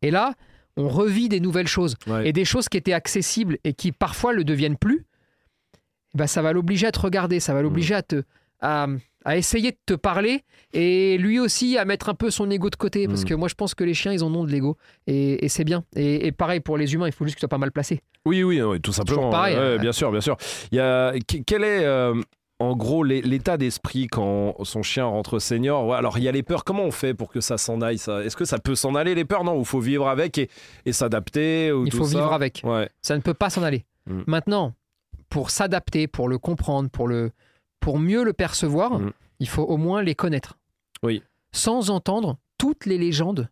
S3: Et là, on revit des nouvelles choses.
S2: Ouais.
S3: Et des choses qui étaient accessibles et qui parfois le deviennent plus, bah, ça va l'obliger à te regarder, ça va l'obliger à, te, à, à essayer de te parler et lui aussi à mettre un peu son ego de côté. Parce
S2: Mm.
S3: que moi, je pense que les chiens, ils en ont de l'ego. Et, et c'est bien. Et, et pareil pour les humains, il faut juste que tu sois pas mal placé.
S2: Oui, oui, oui, tout simplement.
S3: toujours pareil,
S2: Ouais,
S3: hein.
S2: bien sûr, bien sûr. Il y a, qu- quel est, euh, en gros, l'é- l'état d'esprit quand son chien rentre senior Ouais, Alors, il y a les peurs. Comment on fait pour que ça s'en aille ça Est-ce que ça peut s'en aller, les peurs Non, il faut vivre avec et, et s'adapter. ou
S3: Il
S2: tout
S3: faut
S2: ça
S3: vivre avec.
S2: Ouais.
S3: Ça ne peut pas s'en aller.
S2: Mm.
S3: Maintenant, pour s'adapter, pour le comprendre, pour, le, pour mieux le percevoir,
S2: Mm.
S3: il faut au moins les connaître.
S2: Oui.
S3: Sans entendre toutes les légendes,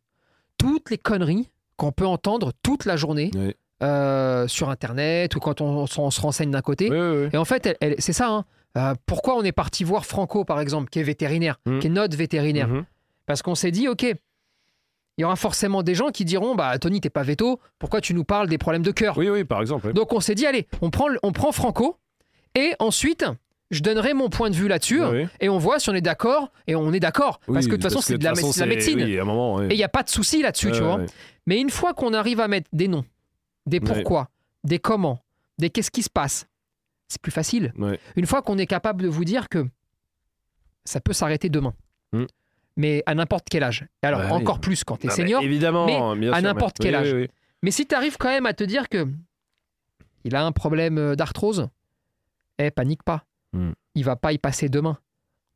S3: toutes les conneries qu'on peut entendre toute la journée
S2: Oui.
S3: euh, sur Internet ou quand on, on se renseigne d'un côté.
S2: Oui, oui, oui.
S3: Et en fait, elle- elle- c'est ça. hein. Euh, pourquoi on est parti voir Franco, par exemple, qui est vétérinaire,
S2: Mm.
S3: qui est notre vétérinaire
S2: Mhm.
S3: parce qu'on s'est dit, OK, il y aura forcément des gens qui diront, bah Tony, t'es pas veto, pourquoi tu nous parles des problèmes de cœur
S2: oui, oui, par exemple. ouais.
S3: donc on s'est dit, allez, on prend, le- on prend Franco et ensuite, je donnerai mon point de vue là-dessus
S2: Ouais, ouais.
S3: et on voit si on est d'accord. Et on est d'accord. parce que de toute façon, c'est de, la,
S2: façon,
S3: c'est de la
S2: c'est-
S3: médecine.
S2: oui, à un moment, ouais.
S3: Et il n'y a pas de souci là-dessus, tu
S2: Ouais,
S3: vois.
S2: ouais.
S3: Mais une fois qu'on arrive à mettre des noms, des
S2: Ouais.
S3: pourquoi, des comment, des qu'est-ce qui se passe, c'est plus facile.
S2: Ouais.
S3: Une fois qu'on est capable de vous dire que ça peut s'arrêter demain,
S2: Mm.
S3: mais à n'importe quel âge. Et alors,
S2: Bah oui.
S3: encore plus quand tu es
S2: Non, mais
S3: senior.
S2: Évidemment,
S3: mais
S2: bien
S3: à
S2: sûr,
S3: n'importe
S2: mais-
S3: quel
S2: oui,
S3: âge.
S2: oui, oui.
S3: Mais si tu arrives quand même à te dire que il a un problème euh, d'arthrose, eh, panique pas.
S2: Hmm.
S3: Il va pas y passer demain.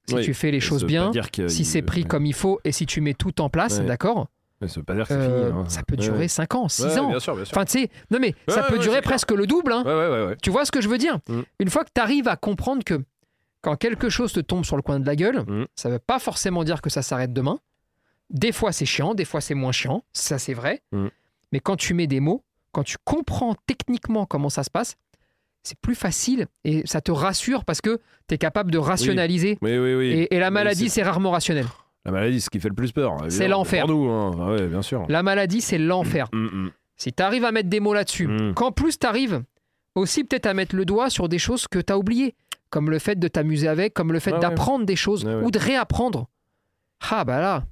S3: Si
S2: Oui,
S3: tu fais les
S2: Ça
S3: choses
S2: veut
S3: bien,
S2: pas dire que-
S3: si c'est pris
S2: ouais.
S3: comme il faut et si tu mets tout en place,
S2: Ouais.
S3: d'accord
S2: Ouais, Ça veut pas dire que c'est
S3: euh,
S2: fini. hein.
S3: Ça peut
S2: Ouais,
S3: durer
S2: ouais.
S3: 5 ans, 6
S2: Ouais,
S3: ans.
S2: Bien sûr, bien sûr.
S3: Enfin, tu sais, non mais ça
S2: Ouais,
S3: peut
S2: ouais,
S3: durer
S2: c'est clair.
S3: presque le double. hein.
S2: Ouais, ouais, ouais, ouais.
S3: Tu vois ce que je veux dire
S2: Mm.
S3: Une fois que tu arrives à comprendre que quand quelque chose te tombe sur le coin de la gueule,
S2: Mm.
S3: ça veut pas forcément dire que ça s'arrête demain. Des fois c'est chiant, des fois c'est moins chiant, ça c'est vrai.
S2: Mm.
S3: Mais quand tu mets des mots, quand tu comprends techniquement comment ça se passe, c'est plus facile et ça te rassure parce que tu es capable de rationaliser.
S2: Oui, oui, oui.
S3: Et, et la
S2: Oui,
S3: maladie,
S2: c'est-
S3: c'est rarement rationnel.
S2: La maladie, ce qui fait le plus peur. évidemment,
S3: C'est l'enfer.
S2: Pour nous, hein. Ah ouais, bien sûr.
S3: La maladie, c'est l'enfer.
S2: Mm, mm.
S3: Si tu arrives à mettre des mots là-dessus,
S2: Mm.
S3: qu'en plus tu arrives aussi peut-être à mettre le doigt sur des choses que tu as oubliées, comme le fait de t'amuser avec, comme le fait
S2: Ouais, ouais.
S3: d'apprendre des choses
S2: Ouais, ouais.
S3: ou de réapprendre. Ah bah là,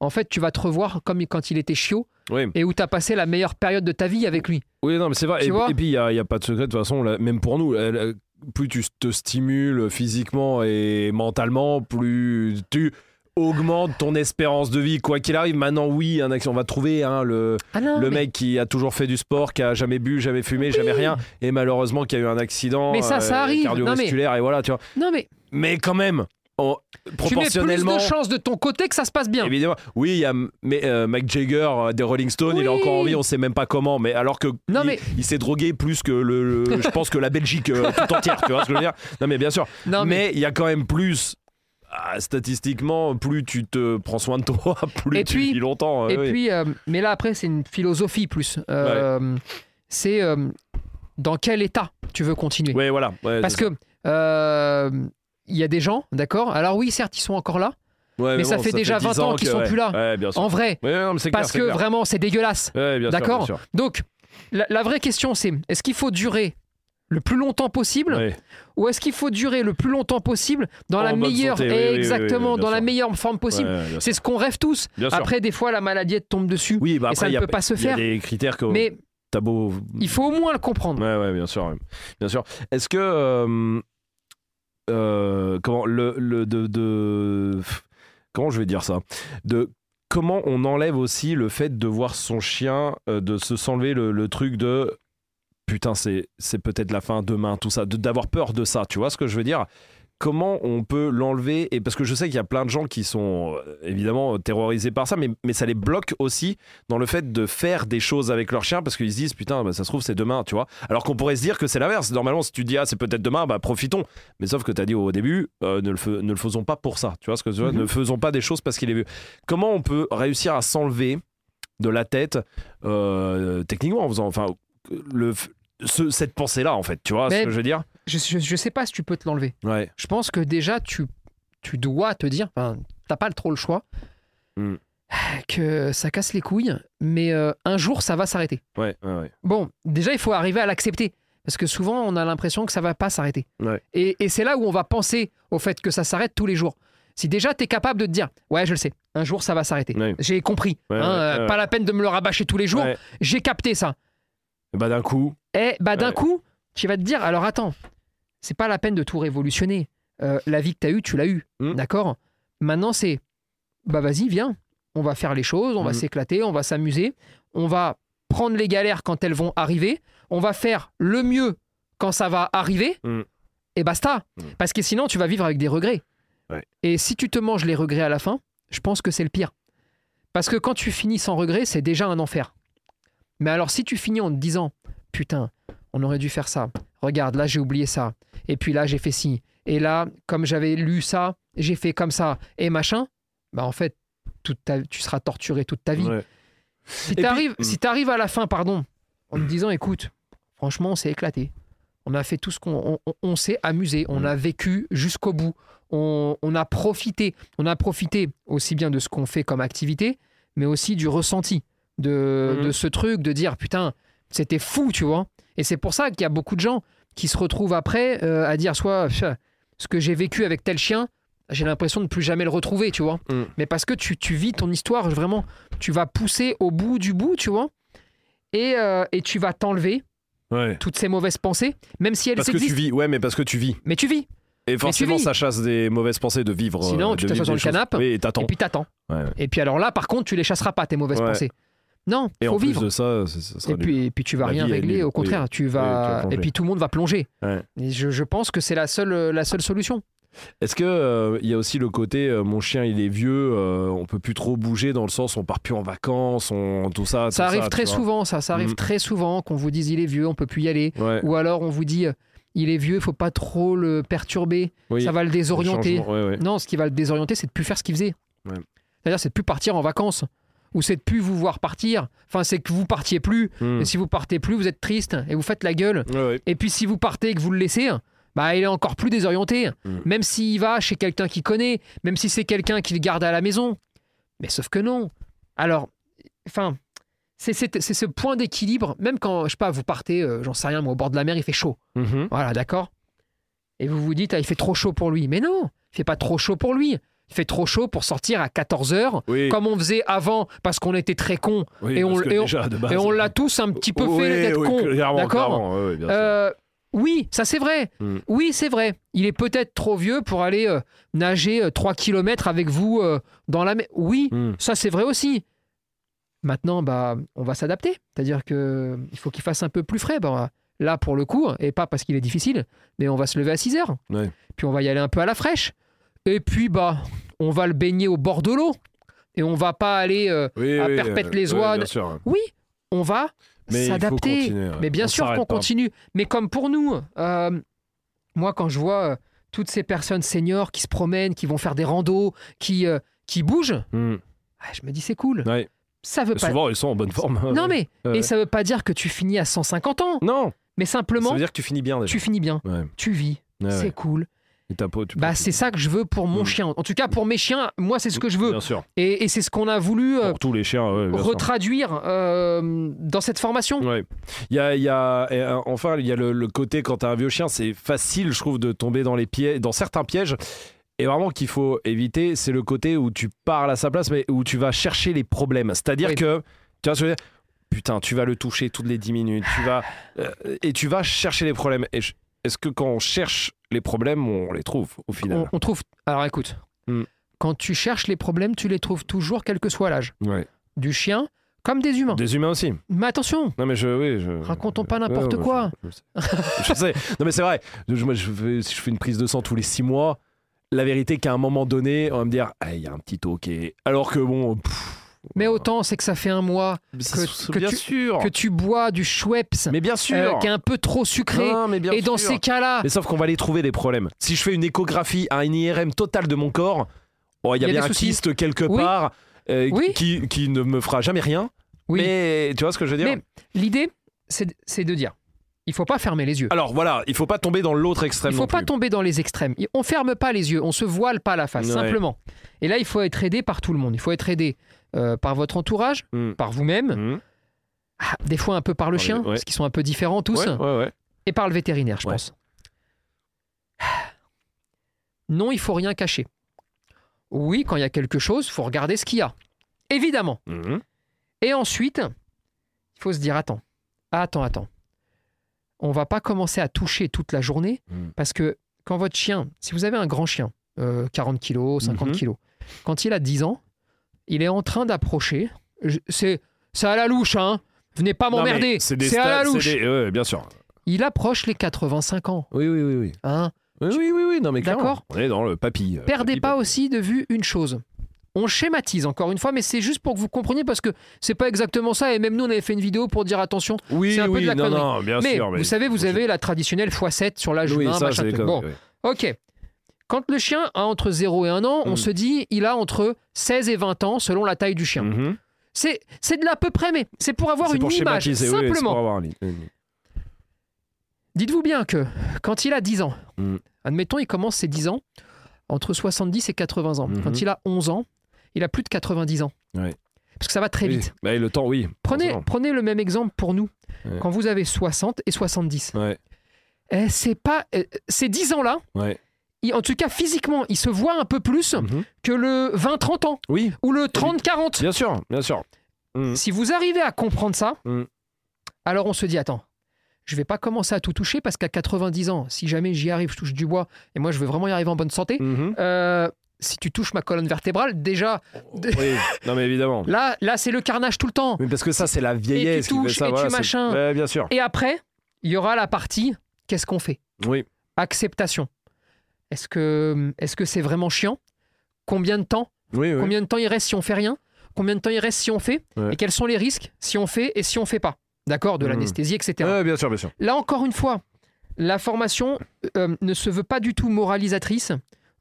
S3: en fait, tu vas te revoir comme quand il était chiot
S2: Oui.
S3: et où tu as passé la meilleure période de ta vie avec lui.
S2: Oui, non, mais c'est vrai.
S3: Tu
S2: Et,
S3: vois
S2: et puis, il n'y a, il y a pas de secret, de toute façon, là, même pour nous. là, là, plus tu te stimules physiquement et mentalement, plus tu augmentes ton espérance de vie, quoi qu'il arrive. Maintenant, oui, un accident, on va trouver hein, le,
S3: Ah non,
S2: le
S3: mais,
S2: mec qui a toujours fait du sport, qui a jamais bu, jamais fumé, jamais rien, et malheureusement qui a eu un accident euh,
S3: Mais ça, ça arrive.
S2: cardiovasculaire, et voilà, tu vois.
S3: non mais
S2: Mais quand même, on-
S3: tu mets plus
S2: proportionnellement, Eh
S3: de chances de ton côté que ça se passe bien.
S2: Évidemment. Oui, il y a M- mais, euh, Mick Jagger euh, des Rolling Stones, il est
S3: Oui.
S2: encore en vie, on sait même pas comment, mais alors que
S3: Non,
S2: il,
S3: mais-
S2: il s'est drogué plus que le, le- je pense que la Belgique euh, tout entière, tu vois ce que je veux dire Non mais bien sûr.
S3: Non mais,
S2: mais il y a quand même plus ah, statistiquement, plus tu te prends soin de toi, plus
S3: Et
S2: tu
S3: puis-
S2: vis longtemps. euh,
S3: et
S2: oui.
S3: puis euh, mais là après c'est une philosophie plus. Euh, C'est euh, dans quel état tu veux continuer.
S2: Ouais, voilà. ouais,
S3: Parce
S2: c'est
S3: que euh, il y a des gens, d'accord Alors oui, certes, ils sont encore là.
S2: ça. Ouais,
S3: mais ça fait déjà
S2: 10
S3: 20 ans
S2: que-
S3: qu'ils sont
S2: ouais.
S3: plus là.
S2: Ouais, bien sûr.
S3: En vrai,
S2: Ouais, non, mais c'est
S3: parce
S2: clair,
S3: que
S2: c'est clair.
S3: vraiment, c'est dégueulasse.
S2: Ouais, bien sûr,
S3: D'accord
S2: bien sûr.
S3: Donc, la, la vraie question, c'est est-ce qu'il faut durer le plus longtemps possible
S2: Ouais.
S3: ou est-ce qu'il faut durer le plus longtemps possible dans
S2: En
S3: la
S2: bonne
S3: meilleure
S2: santé, oui, oui, oui, oui,
S3: exactement
S2: bien
S3: dans
S2: sûr.
S3: la meilleure forme possible
S2: Ouais, bien sûr.
S3: C'est ce qu'on rêve tous.
S2: Bien sûr.
S3: Après, des fois, la maladie elle te tombe dessus.
S2: oui, bah
S3: et ça
S2: après,
S3: ne
S2: il y a-
S3: peut pas se
S2: il y a
S3: faire.
S2: des critères que
S3: Mais
S2: t'as beau
S3: il faut au moins le comprendre.
S2: Ouais, ouais, bien sûr. ouais. Bien sûr. Est-ce que. euh, euh, comment. Le, le- de, de- Comment je vais dire ça De. Comment on enlève aussi le fait de voir son chien, euh, de se s'enlever le, le truc de putain, c'est c'est peut-être la fin demain, tout ça, de- d'avoir peur de ça, tu vois ce que je veux dire Comment on peut l'enlever Et parce que je sais qu'il y a plein de gens qui sont euh, évidemment terrorisés par ça, mais, mais ça les bloque aussi dans le fait de faire des choses avec leur chien parce qu'ils se disent putain, bah, ça se trouve c'est demain, tu vois. Alors qu'on pourrait se dire que c'est l'inverse. Normalement, si tu dis ah c'est peut-être demain, bah profitons. Mais sauf que tu as dit au début, euh, ne, le fais- ne le faisons pas pour ça, tu vois ce que je veux dire Ne faisons pas des choses parce qu'il est vieux. Comment on peut réussir à s'enlever de la tête, euh, techniquement, en faisant. Enfin, le, ce- cette pensée-là, en fait, tu vois ce
S3: Mais-
S2: que je veux dire
S3: Je, je, je sais pas si tu peux te l'enlever.
S2: Ouais.
S3: Je pense que déjà, tu, tu dois te dire, enfin, t'as pas trop le choix,
S2: Mm.
S3: que ça casse les couilles, mais euh, un jour, ça va s'arrêter.
S2: Ouais, ouais, ouais.
S3: Bon, déjà, il faut arriver à l'accepter. Parce que souvent, on a l'impression que ça va pas s'arrêter.
S2: Ouais.
S3: Et, et c'est là où on va penser au fait que ça s'arrête tous les jours. Si déjà, tu es capable de te dire, ouais, je le sais, un jour, ça va s'arrêter.
S2: Ouais.
S3: J'ai compris.
S2: Ouais,
S3: hein,
S2: ouais,
S3: euh,
S2: ouais, ouais.
S3: Pas la peine de me le rabâcher tous les jours.
S2: Ouais.
S3: J'ai capté ça.
S2: Et bah, d'un coup.
S3: Et bah, d'un
S2: Ouais.
S3: coup, tu vas te dire, alors attends, c'est pas la peine de tout révolutionner. Euh, la vie que tu as eue, tu l'as eue.
S2: Mm.
S3: D'accord Maintenant, c'est, bah vas-y, viens. On va faire les choses, on va
S2: Mm.
S3: s'éclater, on va s'amuser. On va prendre les galères quand elles vont arriver. On va faire le mieux quand ça va arriver.
S2: Mm.
S3: Et basta.
S2: Mm.
S3: Parce que sinon, tu vas vivre avec des regrets.
S2: Ouais.
S3: Et si tu te manges les regrets à la fin, je pense que c'est le pire. Parce que quand tu finis sans regret, c'est déjà un enfer. Mais alors, si tu finis en te disant, putain, on aurait dû faire ça. Regarde, là, j'ai oublié ça. Et puis là, j'ai fait ci. Et là, comme j'avais lu ça, j'ai fait comme ça. Et machin. Bah, en fait, toute ta- tu seras torturé toute ta vie.
S2: Ouais.
S3: Si
S2: Et puis-
S3: t'arrives
S2: Mm.
S3: si t'arrives à la fin, pardon, en te disant, écoute, franchement, on s'est éclaté. On a fait tout ce qu'on... On, on- on s'est amusé. On
S2: Mm.
S3: a vécu jusqu'au bout. On, on a profité. On a profité aussi bien de ce qu'on fait comme activité, mais aussi du ressenti de,
S2: Mhm.
S3: de ce truc, de dire, putain, c'était fou, tu vois. Et c'est pour ça qu'il y a beaucoup de gens qui se retrouvent après euh, à dire, soit Pff, ce que j'ai vécu avec tel chien, j'ai l'impression de plus jamais le retrouver, tu vois.
S2: Mhm.
S3: Mais parce que tu, tu vis ton histoire, vraiment, tu vas pousser au bout du bout, tu vois. Et, euh, et tu vas t'enlever
S2: Ouais.
S3: toutes ces mauvaises pensées, même si elles
S2: Parce que tu
S3: existent.
S2: vis, ouais, mais parce que tu vis.
S3: Mais tu vis.
S2: Et forcément,
S3: vis.
S2: ça chasse des mauvaises pensées de vivre.
S3: Sinon,
S2: euh,
S3: tu
S2: de vivre
S3: t'assois sur
S2: des
S3: le
S2: choses.
S3: canapé,
S2: Oui, et t'attends.
S3: Et puis t'attends.
S2: Ouais, ouais.
S3: Et puis alors là, par contre, tu les chasseras pas, tes mauvaises
S2: Ouais.
S3: pensées. Non,
S2: Et en
S3: faut
S2: plus
S3: vivre.
S2: de ça, c'est- ça sera
S3: Et
S2: nul.
S3: puis, et puis tu vas
S2: La
S3: rien
S2: vie, elle est
S3: régler,
S2: nulle.
S3: au contraire, tu
S2: Oui,
S3: vas
S2: tu vas
S3: et puis tout le monde va plonger.
S2: Ouais.
S3: Et je, je pense que c'est la seule la seule solution.
S2: Est-ce que euh, il y a aussi le côté euh, mon chien il est vieux, euh, on peut plus trop bouger dans le sens on part plus en vacances, on tout Ah, ça. tout
S3: Ça arrive très
S2: tu vois.
S3: souvent, ça, ça arrive
S2: Mm.
S3: très souvent qu'on vous dise il est vieux, on peut plus y aller,
S2: Ouais.
S3: ou alors on vous dit euh, il est vieux, faut pas trop le perturber,
S2: Oui,
S3: ça va le
S2: le
S3: désorienter.
S2: changement, ouais, ouais.
S3: Non, ce qui va le désorienter, c'est de plus faire ce qu'il faisait.
S2: Ouais.
S3: C'est-à-dire, c'est de plus partir en vacances, ou c'est de plus vous voir partir. Enfin, c'est que vous partiez plus.
S2: Hmm.
S3: Et si vous partez plus, vous êtes triste et vous faites la gueule.
S2: Ouais, ouais.
S3: Et puis si vous partez et que vous le laissez, bah il est encore plus désorienté.
S2: Mm.
S3: Même s'il va chez quelqu'un qu'il connaît, même si c'est quelqu'un qui le garde à la maison. Mais sauf que non. Alors, enfin, c'est c'est- c'est ce point d'équilibre. Même quand, je sais pas, vous partez, euh, j'en sais rien, moi, au bord de la mer, il fait chaud.
S2: Mhm.
S3: Voilà, d'accord Et vous vous dites, ah, il fait trop chaud pour lui. Mais non, il fait pas trop chaud pour lui. Il fait trop chaud pour sortir à 14 heures,
S2: Oui,
S3: comme on faisait avant, parce qu'on était très cons.
S2: oui,
S3: et
S2: parce
S3: on-
S2: que
S3: et on-
S2: déjà, de base-
S3: Et on l'a tous un petit peu
S2: Oui,
S3: fait d'être
S2: oui,
S3: cons.
S2: clairement,
S3: d'accord
S2: clairement, ouais, ouais, bien sûr.
S3: Euh, oui, ça c'est vrai.
S2: Mm.
S3: Oui, c'est vrai. Il est peut-être trop vieux pour aller euh, nager euh, 3 km avec vous euh, dans la mer. Oui,
S2: Hmm.
S3: ça c'est vrai aussi. Maintenant, bah, on va s'adapter. C'est-à-dire que il faut qu'il fasse un peu plus frais. Bah, là, pour le coup, et pas parce qu'il est difficile, mais on va se lever à 6 heures.
S2: Ouais.
S3: Puis on va y aller un peu à la fraîche. Et puis, bah, on va le baigner au bord de l'eau. Et on va pas aller. euh,
S2: Oui,
S3: à
S2: oui,
S3: perpète
S2: euh,
S3: les
S2: ouais,
S3: oies.
S2: bien sûr.
S3: Oui, on va
S2: Mais il faut
S3: s'adapter.
S2: continuer, ouais.
S3: Mais bien
S2: On
S3: sûr
S2: s'arrête
S3: qu'on
S2: pas.
S3: continue. Mais comme pour nous, euh, moi, quand je vois euh, toutes ces personnes seniors qui se promènent, qui vont faire des randos, qui, euh, qui bougent,
S2: Hmm.
S3: ah, je me dis c'est cool.
S2: Ouais.
S3: Ça veut pas.
S2: Souvent ils sont en bonne forme. hein.
S3: Non, mais.
S2: Ouais, ouais.
S3: Et ça veut pas dire que tu finis à 150 ans.
S2: non.
S3: Mais
S2: Ça
S3: simplement,
S2: veut dire que tu finis bien déjà.
S3: tu finis bien.
S2: Ouais.
S3: Tu vis.
S2: Ouais,
S3: c'est
S2: ouais.
S3: cool.
S2: Et ta peau, tu peux-
S3: Bah, c'est ça que je veux pour mon
S2: Mm.
S3: chien. En tout cas, pour mes chiens, moi, c'est ce que je veux.
S2: Bien sûr.
S3: Et, et c'est ce qu'on a voulu euh,
S2: Pour tous les chiens. ouais, bien sûr.
S3: retraduire euh, dans cette formation.
S2: Ouais. Il y a, il y a- et, euh, enfin, il y a le, le côté quand t'as un vieux chien, c'est facile, je trouve, de tomber dans les pièges, dans certains pièges. Et vraiment qu'il faut éviter, c'est le côté où tu parles à sa place, mais où tu vas chercher les problèmes. C'est-à-dire
S3: Oui.
S2: que, tu vois ce que je veux dire Putain, tu vas le toucher toutes les 10 minutes, tu vas euh, et tu vas chercher les problèmes. Et je- Est-ce que quand on cherche les problèmes, on les trouve au final
S3: On, on trouve. Alors écoute,
S2: Mm.
S3: quand tu cherches les problèmes, tu les trouves toujours, quel que soit l'âge.
S2: Ouais.
S3: Du chien comme des humains.
S2: Des humains aussi.
S3: Mais attention,
S2: Non mais je, oui, je...
S3: Racontons pas
S2: Ouais,
S3: n'importe
S2: ouais,
S3: quoi.
S2: Je, je sais. Je sais. Non mais c'est vrai. Je, moi, je fais, si je fais une prise de sang tous les six mois, la vérité qu'à un moment donné, on va me dire, ah, il y a un petit ok. Alors que bon, pff,
S3: mais autant c'est que ça fait un mois
S2: c'est- c'est
S3: que
S2: bien
S3: tu-
S2: sûr.
S3: que tu bois du Schweppes
S2: Oh. Mais bien sûr.
S3: euh, qui est un peu trop sucré.
S2: Non, mais bien
S3: et dans
S2: sûr.
S3: ces cas-là,
S2: Mais sauf qu'on va les trouver les problèmes. Si je fais une échographie, un IRM total de mon corps, oh, il y a,
S3: Il y a
S2: bien
S3: des
S2: un
S3: soucis.
S2: kyste quelque
S3: Oui.
S2: part euh,
S3: Oui.
S2: qui, qui ne me fera jamais rien.
S3: Oui.
S2: Mais tu vois ce que je veux dire
S3: Mais- L'idée, c'est c'est de dire, il faut pas fermer les yeux.
S2: Alors voilà, il faut pas tomber dans l'autre extrême
S3: Il faut
S2: Ah, non
S3: pas
S2: plus.
S3: tomber dans les extrêmes. Il- On ferme pas les yeux, on se voile pas la face,
S2: Ouais.
S3: simplement. Et là, il faut être aidé par tout le monde. Il faut être aidé euh, par votre entourage,
S2: Mm.
S3: par vous-même,
S2: Mhm.
S3: ah, des fois un peu par le
S2: Par les-
S3: chien,
S2: ouais.
S3: parce qu'ils sont un peu différents tous,
S2: Ouais, ouais, ouais.
S3: et par le vétérinaire, je
S2: Ouais.
S3: pense. Non, il faut rien cacher. Oui, quand il y a quelque chose, faut regarder ce qu'il y a. Évidemment.
S2: Mhm.
S3: Et ensuite, il faut se dire attends, attends, attends. On va pas commencer à toucher toute la journée
S2: Mm.
S3: parce que quand votre chien, si vous avez un grand chien, euh, 40 kilos, 50
S2: Mhm.
S3: kilos, quand il a 10 ans, il est en train d'approcher. je- C'est c'est à la louche, hein. Venez pas
S2: Non, mais
S3: m'emmerder.
S2: C'est des
S3: C'est à la
S2: stades,
S3: louche.
S2: c'est des- ouais, bien sûr.
S3: Il approche les 85 ans.
S2: Oui, oui, oui, oui.
S3: Hein.
S2: Oui, oui, oui, non, mais clairement,
S3: D'accord.
S2: On est dans le papy. euh,
S3: Perdez
S2: papy,
S3: pas
S2: papy.
S3: aussi de vue une chose. On schématise encore une fois, mais c'est juste pour que vous compreniez parce que c'est pas exactement ça. Et même nous, on avait fait une vidéo pour dire attention.
S2: Oui,
S3: c'est un peu
S2: oui,
S3: de la
S2: non,
S3: connerie.
S2: non, bien
S3: mais
S2: sûr.
S3: vous savez, vous
S2: je-
S3: avez la traditionnelle x7 sur l'âge
S2: oui,
S3: humain,
S2: ça,
S3: machin,
S2: c'est des
S3: truc.
S2: conneries,
S3: hein, Bon,
S2: ouais.
S3: ok. Quand le chien a entre 0 et 1 an, on
S2: Mm.
S3: se dit il a entre 16 et 20 ans selon la taille du chien.
S2: Mhm.
S3: C'est C'est de l'à peu près, mais c'est pour avoir
S2: C'est
S3: une
S2: pour
S3: image.
S2: schématiser, oui, c'est
S3: simplement,
S2: pour avoir un lit. Mhm.
S3: dites-vous bien que quand il a 10 ans,
S2: Mm.
S3: admettons, il commence ses 10 ans entre 70 et 80 ans.
S2: Mhm.
S3: Quand il a 11 ans, il a plus de 90 ans.
S2: Ouais.
S3: Parce que ça va très
S2: Oui.
S3: vite.
S2: Bah, et le temps, oui.
S3: Prenez,
S2: forcément.
S3: prenez le même exemple pour nous.
S2: Ouais.
S3: Quand vous avez 60 et 70,
S2: Ouais,
S3: eh, c'est pas, eh, ces 10 ans-là,
S2: ouais.
S3: il- en tout cas physiquement, il se voit un peu plus
S2: Mhm.
S3: que le 20-30 ans
S2: Oui,
S3: ou le 30-40.
S2: bien sûr, bien sûr. Mhm.
S3: Si vous arrivez à comprendre ça,
S2: Mhm.
S3: alors on se dit attends, je vais pas commencer à tout toucher parce qu'à 90 ans, si jamais j'y arrive, je touche du bois et moi je veux vraiment y arriver en bonne santé.
S2: Mhm.
S3: euh, si tu touches ma colonne vertébrale, déjà De-
S2: Oui, non, mais évidemment.
S3: là, là c'est le carnage tout le temps.
S2: Mais parce que ça, c'est la vieillesse qui fait
S3: touches,
S2: ça.
S3: et tu
S2: voilà, c'est-
S3: machin.
S2: Ouais, bien sûr.
S3: Et après, il y aura la partie qu'est-ce qu'on fait
S2: Oui.
S3: Acceptation. Est-ce que est-ce que c'est vraiment chiant Combien de temps
S2: Oui, oui.
S3: Combien de temps il reste si on fait rien Combien de temps il reste si on fait
S2: Ouais.
S3: Et quels sont les risques si on fait et si on fait pas D'accord De
S2: Mhm.
S3: l'anesthésie, etc.
S2: Ouais, bien sûr, bien sûr.
S3: Là, encore une fois, la formation euh, ne se veut pas du tout moralisatrice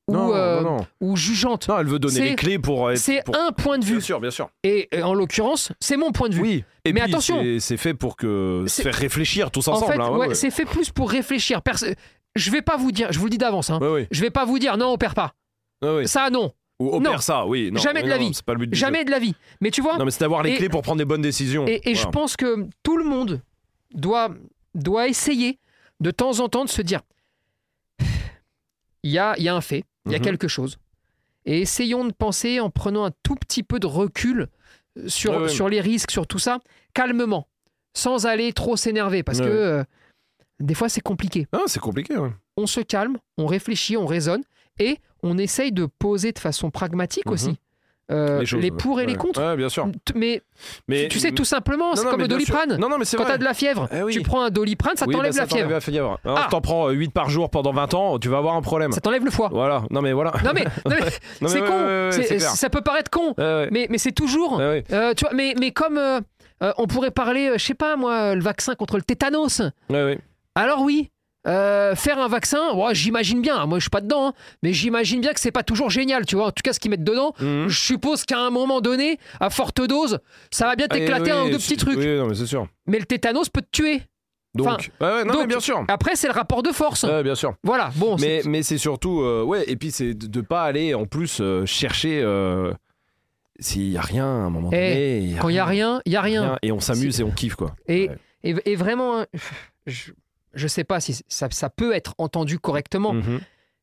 S3: ou,
S2: non,
S3: euh,
S2: non, non.
S3: ou jugeante.
S2: Non, elle veut donner
S3: c'est-
S2: les clés pour être.
S3: C'est
S2: pour-
S3: un point de
S2: Bien
S3: vue.
S2: sûr, bien sûr.
S3: Et euh, en l'occurrence, c'est mon point de vue.
S2: Oui. Et
S3: Mais
S2: puis,
S3: attention.
S2: c'est- C'est fait pour que se
S3: C'est-
S2: faire réfléchir tous
S3: en
S2: ensemble.
S3: fait,
S2: hein,
S3: ouais,
S2: ouais.
S3: c'est fait plus pour réfléchir. Perso- je vais pas vous dire, je vous le dis d'avance, hein.
S2: Ouais, ouais.
S3: je vais pas vous dire non, on perd pas.
S2: Ouais, ouais.
S3: Ça, non.
S2: Ou opère
S3: Non.
S2: ça, oui. Non,
S3: Jamais de
S2: oui,
S3: la
S2: non,
S3: vie.
S2: C'est pas le but du
S3: Jamais de la vie. Mais tu vois,
S2: jeu. Non, mais c'est d'avoir les
S3: Et-
S2: clés pour prendre des bonnes décisions.
S3: Et, et je
S2: Voilà.
S3: pense que tout le monde doit, doit essayer de temps en temps de se dire il y a, il y a un fait, il y a
S2: Mhm.
S3: quelque chose. Et essayons de penser en prenant un tout petit peu de recul euh, sur,
S2: Ouais, ouais.
S3: sur les risques, sur tout ça, calmement, sans aller trop s'énerver, parce
S2: Ouais,
S3: que
S2: ouais.
S3: euh, des fois c'est compliqué.
S2: Ah, c'est compliqué, ouais.
S3: On se calme, on réfléchit, on raisonne, et on essaye de poser de façon pragmatique
S2: Mhm.
S3: aussi euh, les,
S2: choses, ouais.
S3: pour et les
S2: Ouais.
S3: contre.
S2: Ouais, bien sûr.
S3: T- Mais,
S2: Mais,
S3: tu sais, tout simplement,
S2: Non,
S3: c'est
S2: non,
S3: comme
S2: mais
S3: le
S2: bien sûr.
S3: doliprane.
S2: Non, non, mais c'est
S3: Quand
S2: vrai.
S3: t'as de la fièvre,
S2: Eh oui.
S3: tu prends un doliprane, ça
S2: Oui, bah,
S3: t'enlève la
S2: t'enlève
S3: fièvre.
S2: la fièvre. Alors,
S3: Ah.
S2: T'en prends 8 par jour pendant 20 ans, tu vas avoir un problème.
S3: Ça t'enlève le foie.
S2: Voilà. Non, mais voilà.
S3: Non mais, non, mais
S2: Non, mais
S3: c'est
S2: ouais,
S3: con.
S2: ouais, ouais,
S3: C'est-
S2: c'est clair. Euh.
S3: ça peut paraître con,
S2: Ouais, ouais.
S3: mais, mais c'est toujours.
S2: Ouais, ouais.
S3: euh, tu vois, mais, mais comme euh, euh, on pourrait parler, euh, je sais pas moi, euh, le vaccin contre le tétanos.
S2: Ouais, ouais.
S3: Alors oui, euh, faire un vaccin, ouais, j'imagine bien. Moi je suis pas dedans, hein, mais j'imagine bien que c'est pas toujours génial, tu vois. En tout cas, ce qu'ils mettent dedans,
S2: Mhm.
S3: je suppose qu'à un moment donné, à forte dose, ça va bien
S2: Ah,
S3: t'éclater
S2: oui,
S3: un ou deux
S2: c'est-
S3: petits trucs.
S2: Oui, non, mais c'est sûr.
S3: Mais le tétanos peut te tuer.
S2: Donc,
S3: Enfin,
S2: ouais, ouais, non, mais
S3: donc-
S2: bien sûr.
S3: Après, c'est le rapport de force.
S2: Ouais, bien sûr.
S3: Voilà. Bon.
S2: Euh, Mais,
S3: c'est-
S2: mais c'est surtout, euh, ouais, et puis c'est de, de pas aller en plus euh, chercher euh, s'il y a rien à un moment
S3: Eh,
S2: donné. y a
S3: quand il y a rien, il y a rien.
S2: Et on s'amuse et on kiffe, quoi.
S3: Et,
S2: Ouais.
S3: et, et vraiment, hein, je ne sais pas si ça, ça peut être entendu correctement,
S2: Mhm.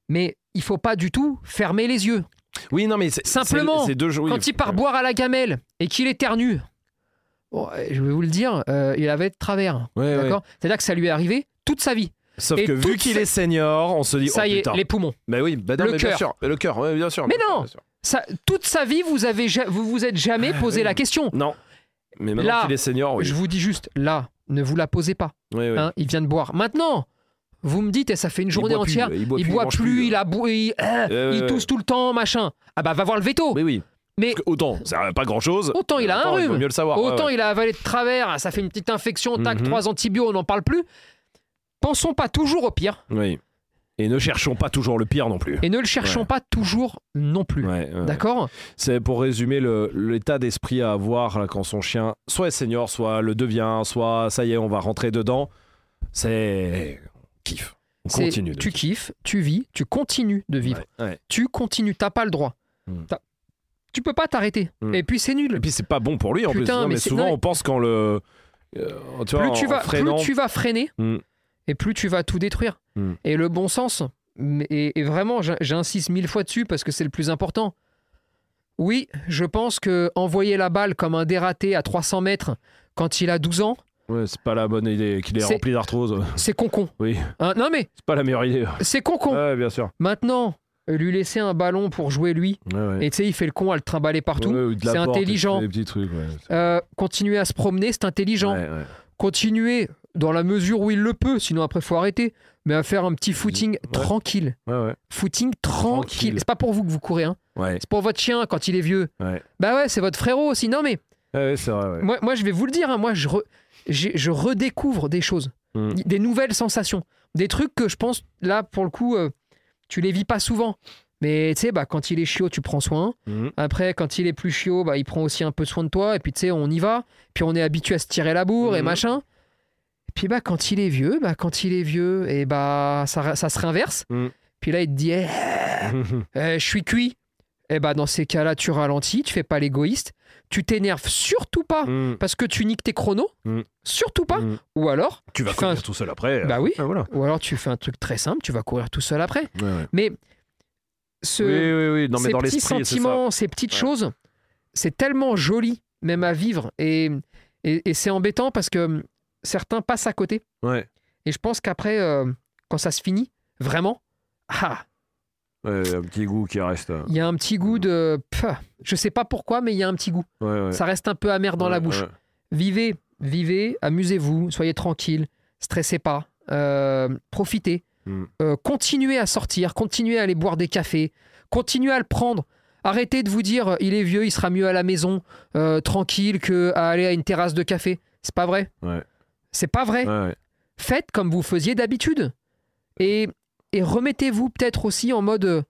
S3: mais il faut pas du tout fermer les yeux.
S2: Oui, non, mais c'est.
S3: Simplement,
S2: c'est- c'est deux jours.
S3: Quand il part boire à la gamelle et qu'il éternue, bon, euh, je vais vous le dire, euh, il avait de travers.
S2: Ouais, ouais.
S3: D'accord C'est-à-dire que ça lui est arrivé toute sa vie.
S2: Sauf
S3: Et
S2: que
S3: tout
S2: vu qu'il
S3: ce-
S2: est senior, on se dit.
S3: ça
S2: oh,
S3: y est,
S2: putain.
S3: les poumons.
S2: Bah oui, bah non,
S3: Le
S2: mais bien
S3: cœur.
S2: sûr. Le cœur, ouais, bien sûr.
S3: Mais
S2: bien sûr,
S3: non.
S2: bien sûr.
S3: Ça, toute sa vie, vous avez ja- vous vous êtes jamais
S2: Ah,
S3: posé
S2: oui.
S3: la question.
S2: Non. Mais maintenant
S3: Là,
S2: qu'il est senior, oui.
S3: Je vous dis juste, là, ne vous la posez pas.
S2: Ouais, ouais.
S3: hein, il vient de boire. Maintenant, vous me dites, et ça fait une
S2: Il
S3: journée
S2: boit plus,
S3: entière,
S2: il boit
S3: il
S2: plus, hein.
S3: boit
S2: mange
S3: plus, il a boué,
S2: Ouais, ouais,
S3: il
S2: ouais.
S3: tousse tout le temps, machin. Ah bah va voir le veto.
S2: Mais oui.
S3: Mais-
S2: Parce que autant, ça sert à pas grand chose.
S3: Autant il a un
S2: Il vaut
S3: rhume.
S2: mieux le savoir. ouais,
S3: Autant
S2: ouais.
S3: il a avalé de travers, ça fait une petite infection, tac,
S2: Mhm.
S3: trois antibiotiques, on n'en parle plus. Pensons pas toujours au pire.
S2: Oui. Et ne cherchons pas toujours le pire non plus.
S3: Et ne le cherchons
S2: Ouais.
S3: pas toujours non plus.
S2: Ouais, ouais.
S3: D'accord
S2: C'est pour résumer le- l'état d'esprit à avoir là, quand son chien soit est senior, soit le devient, soit ça y est, on va rentrer dedans. C'est kiff. On
S3: C'est-
S2: continue. de
S3: Tu kiffes, tu vis, tu continues de vivre.
S2: Ouais, ouais.
S3: Tu continues, t'as pas le droit.
S2: Mm.
S3: T'as- Tu peux pas t'arrêter.
S2: Mm.
S3: Et puis c'est nul.
S2: Et puis c'est pas bon pour lui en
S3: Putain,
S2: plus. Non,
S3: mais
S2: mais,
S3: c'est-
S2: souvent
S3: non, mais-
S2: on pense quand le. euh, tu vois,
S3: plus, tu
S2: en
S3: vas,
S2: freinant-
S3: plus tu vas freiner
S2: Mm.
S3: et plus tu vas tout détruire.
S2: Mm.
S3: Et le bon sens, mais- et, et vraiment, j'in- j'insiste mille fois dessus parce que c'est le plus important. Oui, je pense que envoyer la balle comme un dératé à 300 mètres quand il a 12 ans,
S2: Ouais, c'est pas la bonne idée qu'il est
S3: C'est-
S2: rempli d'arthrose.
S3: c'est concon.
S2: Oui. Euh.
S3: Hein, non mais
S2: C'est pas la meilleure idée.
S3: c'est concon.
S2: Ouais, bien sûr.
S3: Maintenant, lui laisser un ballon pour jouer lui,
S2: Ouais, ouais.
S3: et tu sais, il fait le con à le trimballer partout.
S2: Ouais, ou de la
S3: c'est
S2: porte,
S3: intelligent.
S2: Des petits trucs. ouais.
S3: Euh, continuer à se promener, c'est intelligent.
S2: Ouais, ouais.
S3: Continuer dans la mesure où il le peut, sinon après faut arrêter, mais à faire un petit footing
S2: Ouais.
S3: tranquille.
S2: Ouais, ouais.
S3: Footing tranquille.
S2: Tranquille.
S3: C'est pas pour vous que vous courez, hein.
S2: Ouais,
S3: c'est pour votre chien quand il est vieux.
S2: ouais.
S3: Bah ouais, c'est votre frérot aussi. Non mais
S2: Ouais, ouais, c'est vrai. ouais.
S3: moi, moi je vais vous le dire, hein, moi je, re- j'ai- je redécouvre des choses,
S2: Mm.
S3: des nouvelles sensations, des trucs que je pense là pour le coup, euh, tu les vis pas souvent. Mais tu sais, bah, quand il est chiot, tu prends soin.
S2: Mhm.
S3: Après, quand il est plus chiot, bah, il prend aussi un peu soin de toi. Et puis tu sais, on y va. Puis on est habitué à se tirer la bourre et
S2: Mhm.
S3: machin. Et puis bah, quand il est vieux, bah, quand il est vieux, et bah, ça, ça se réinverse.
S2: Mm.
S3: Puis là, il te dit, Eh,
S2: Mmh.
S3: Euh, je suis cuit. Eh ben, dans ces cas-là, tu ralentis, tu fais pas l'égoïste, tu t'énerves surtout pas
S2: Mhm.
S3: parce que tu niques tes chronos,
S2: Mm.
S3: surtout pas.
S2: Mhm.
S3: Ou alors,
S2: Tu vas
S3: tu fais un-
S2: courir tout seul après.
S3: Bah oui.
S2: Ah, voilà.
S3: ou alors tu fais un truc très simple, tu vas courir tout seul après.
S2: Ouais, ouais.
S3: Mais ce,
S2: Oui, oui, oui. Non, mais
S3: ces
S2: dans
S3: petits
S2: l'esprit, c'est ça.
S3: sentiments, ces petites
S2: Ouais.
S3: choses, c'est tellement joli même à vivre et, et, et c'est embêtant parce que hum, certains passent à côté.
S2: Ouais.
S3: Et je pense qu'après, euh, quand ça se finit, vraiment, ah,
S2: Ouais, un petit goût qui reste. euh,
S3: il y a un petit goût de, pff, je sais pas pourquoi, mais il y a un petit goût.
S2: Ouais, ouais.
S3: Ça reste un peu amer dans la
S2: Ouais,
S3: bouche.
S2: ouais.
S3: Vivez, vivez, amusez-vous, soyez tranquille, stressez pas, euh, profitez,
S2: Mm.
S3: Euh, continuez à sortir, continuez à aller boire des cafés, continuez à le prendre. Arrêtez de vous dire euh, il est vieux, il sera mieux à la maison, euh, tranquille, que à aller à une terrasse de café. C'est pas vrai.
S2: Ouais.
S3: C'est pas vrai.
S2: Ouais, ouais.
S3: Faites comme vous faisiez d'habitude et, et remettez-vous peut-être aussi en mode euh,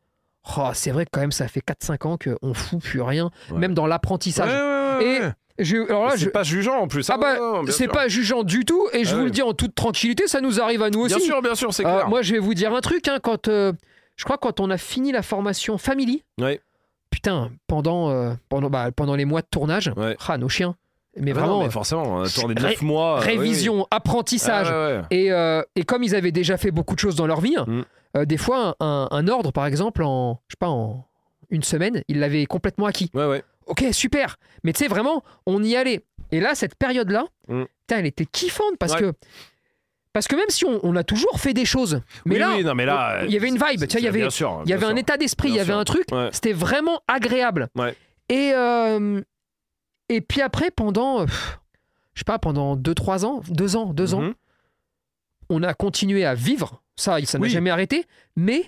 S3: oh, c'est vrai que quand même ça fait 4-5 ans qu'on fout plus rien,
S2: Ouais.
S3: même dans
S2: Ouais,
S3: l'apprentissage.
S2: ouais, ouais,
S3: Et-
S2: ouais.
S3: Je- alors là,
S2: C'est
S3: je-
S2: pas jugeant en plus.
S3: Ah
S2: hein,
S3: bah,
S2: non, non, bien
S3: c'est
S2: sûr.
S3: pas jugeant du tout, et je
S2: Ah
S3: vous
S2: oui.
S3: le dis en toute tranquillité, ça nous arrive à nous aussi.
S2: Bien sûr, bien sûr, c'est
S3: Euh,
S2: clair.
S3: moi, je vais vous dire un truc, hein, quand, euh, je crois quand on a fini la formation Family,
S2: Ouais.
S3: putain, pendant, euh, pendant, bah, pendant les mois de tournage,
S2: Ouais.
S3: ah, nos chiens, mais
S2: Ah non,
S3: vraiment,
S2: mais forcément,
S3: c'est
S2: attendez
S3: ré-
S2: 9 mois. euh, oui, oui.
S3: révision, apprentissage,
S2: Ah, ouais, ouais.
S3: et, euh, et comme ils avaient déjà fait beaucoup de choses dans leur vie,
S2: Mm.
S3: euh, des fois, un, un ordre, par exemple, en, je sais pas, en une semaine, ils l'avaient complètement acquis.
S2: Ouais, ouais.
S3: Ok, super. Mais tu sais, vraiment, on y allait. Et là, cette période-là,
S2: Mm.
S3: putain, elle était kiffante parce
S2: Ouais.
S3: que. Parce que même si on, on a toujours fait des choses, mais
S2: Oui,
S3: là,
S2: oui, non, mais là,
S3: il y avait une
S2: c'est-
S3: vibe,
S2: c'est-
S3: tu vois, il y avait-
S2: bien sûr,
S3: il y
S2: bien
S3: avait un
S2: sûr.
S3: état d'esprit, il y
S2: Bien
S3: avait
S2: sûr.
S3: un truc,
S2: Ouais.
S3: c'était vraiment agréable.
S2: Ouais.
S3: Et, euh, et puis après, pendant, euh, pff, je sais pas, pendant 2-3 ans, 2 ans, 2 ans,
S2: Mhm.
S3: on a continué à vivre. Ça, ça n'a
S2: Oui.
S3: jamais arrêté, mais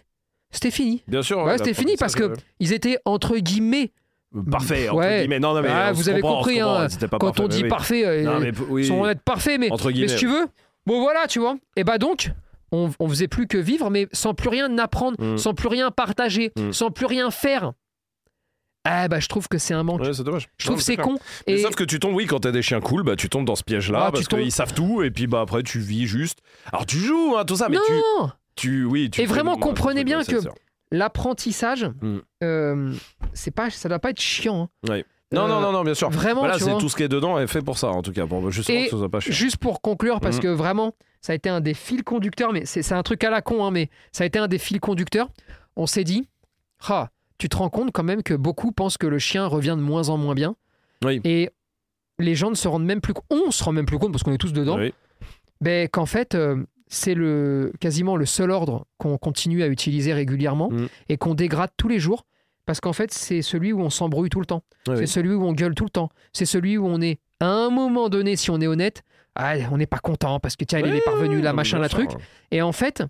S3: c'était fini.
S2: Bien sûr.
S3: Ouais,
S2: ouais,
S3: c'était fini parce que
S2: l'apprentissage,
S3: ils étaient entre guillemets.
S2: ouais. Parfait, entre
S3: Ouais.
S2: guillemets. Non, non, mais
S3: Ah,
S2: on se
S3: vous avez
S2: comprend, on se
S3: compris,
S2: comprend,
S3: hein,
S2: c'était pas
S3: Quand
S2: Ah, parfait,
S3: on dit
S2: mais oui.
S3: parfait, euh,
S2: Non, mais p- oui.
S3: sans en être parfait, mais,
S2: Entre
S3: mais
S2: guillemets.
S3: si tu veux, bon voilà, tu vois. Et bah donc, on, on faisait plus que vivre, mais sans plus rien apprendre,
S2: Mm.
S3: sans plus rien partager,
S2: Mm.
S3: sans plus rien faire. Ah bah je trouve que c'est un manque.
S2: Ouais, c'est dommage.
S3: Je trouve
S2: Non,
S3: que c'est
S2: clair.
S3: con.
S2: Mais
S3: Et
S2: sauf que tu tombes, oui, quand t'as des chiens cool, bah tu tombes dans ce piège-là
S3: Ah, tu
S2: parce
S3: tombes-
S2: qu'ils savent tout et puis bah après tu vis juste. Alors tu joues, hein, tout ça, mais
S3: non,
S2: tu, tu, oui, tu.
S3: Et
S2: fais
S3: vraiment,
S2: le- le
S3: comprenez
S2: truc,
S3: bien
S2: ouais, hein, c'est
S3: que-
S2: sûr.
S3: l'apprentissage,
S2: Mm.
S3: euh, c'est pas, ça doit pas être chiant. hein.
S2: Ouais. Non,
S3: Euh,
S2: non, non, non, bien sûr.
S3: Vraiment,
S2: Voilà,
S3: tu
S2: c'est
S3: vois.
S2: tout ce qui est dedans est fait pour ça, en tout cas, pour justement
S3: Et
S2: que ce soit pas chiant.
S3: Juste pour conclure, parce
S2: Mhm.
S3: que vraiment, ça a été un des fils conducteurs, mais c'est c'est un truc à la con, hein, mais ça a été un des fils conducteurs. On s'est dit, ah, tu te rends compte quand même que beaucoup pensent que le chien revient de moins en moins bien.
S2: Oui.
S3: Et les gens ne se rendent même plus compte, on se rend même plus compte parce qu'on est tous dedans,
S2: Oui.
S3: ben, qu'en fait, euh, c'est le, quasiment le seul ordre qu'on continue à utiliser régulièrement
S2: Mhm.
S3: et qu'on dégrade tous les jours. Parce qu'en fait, c'est celui où on s'embrouille tout le temps.
S2: Ouais,
S3: C'est
S2: oui.
S3: celui où on gueule tout le temps. C'est celui où on est, à un moment donné, si on est honnête, ah, on n'est pas content parce que tiens, il est parvenu là,
S2: Non,
S3: machin,
S2: bien
S3: là,
S2: sûr,
S3: truc.
S2: hein.
S3: Et en fait,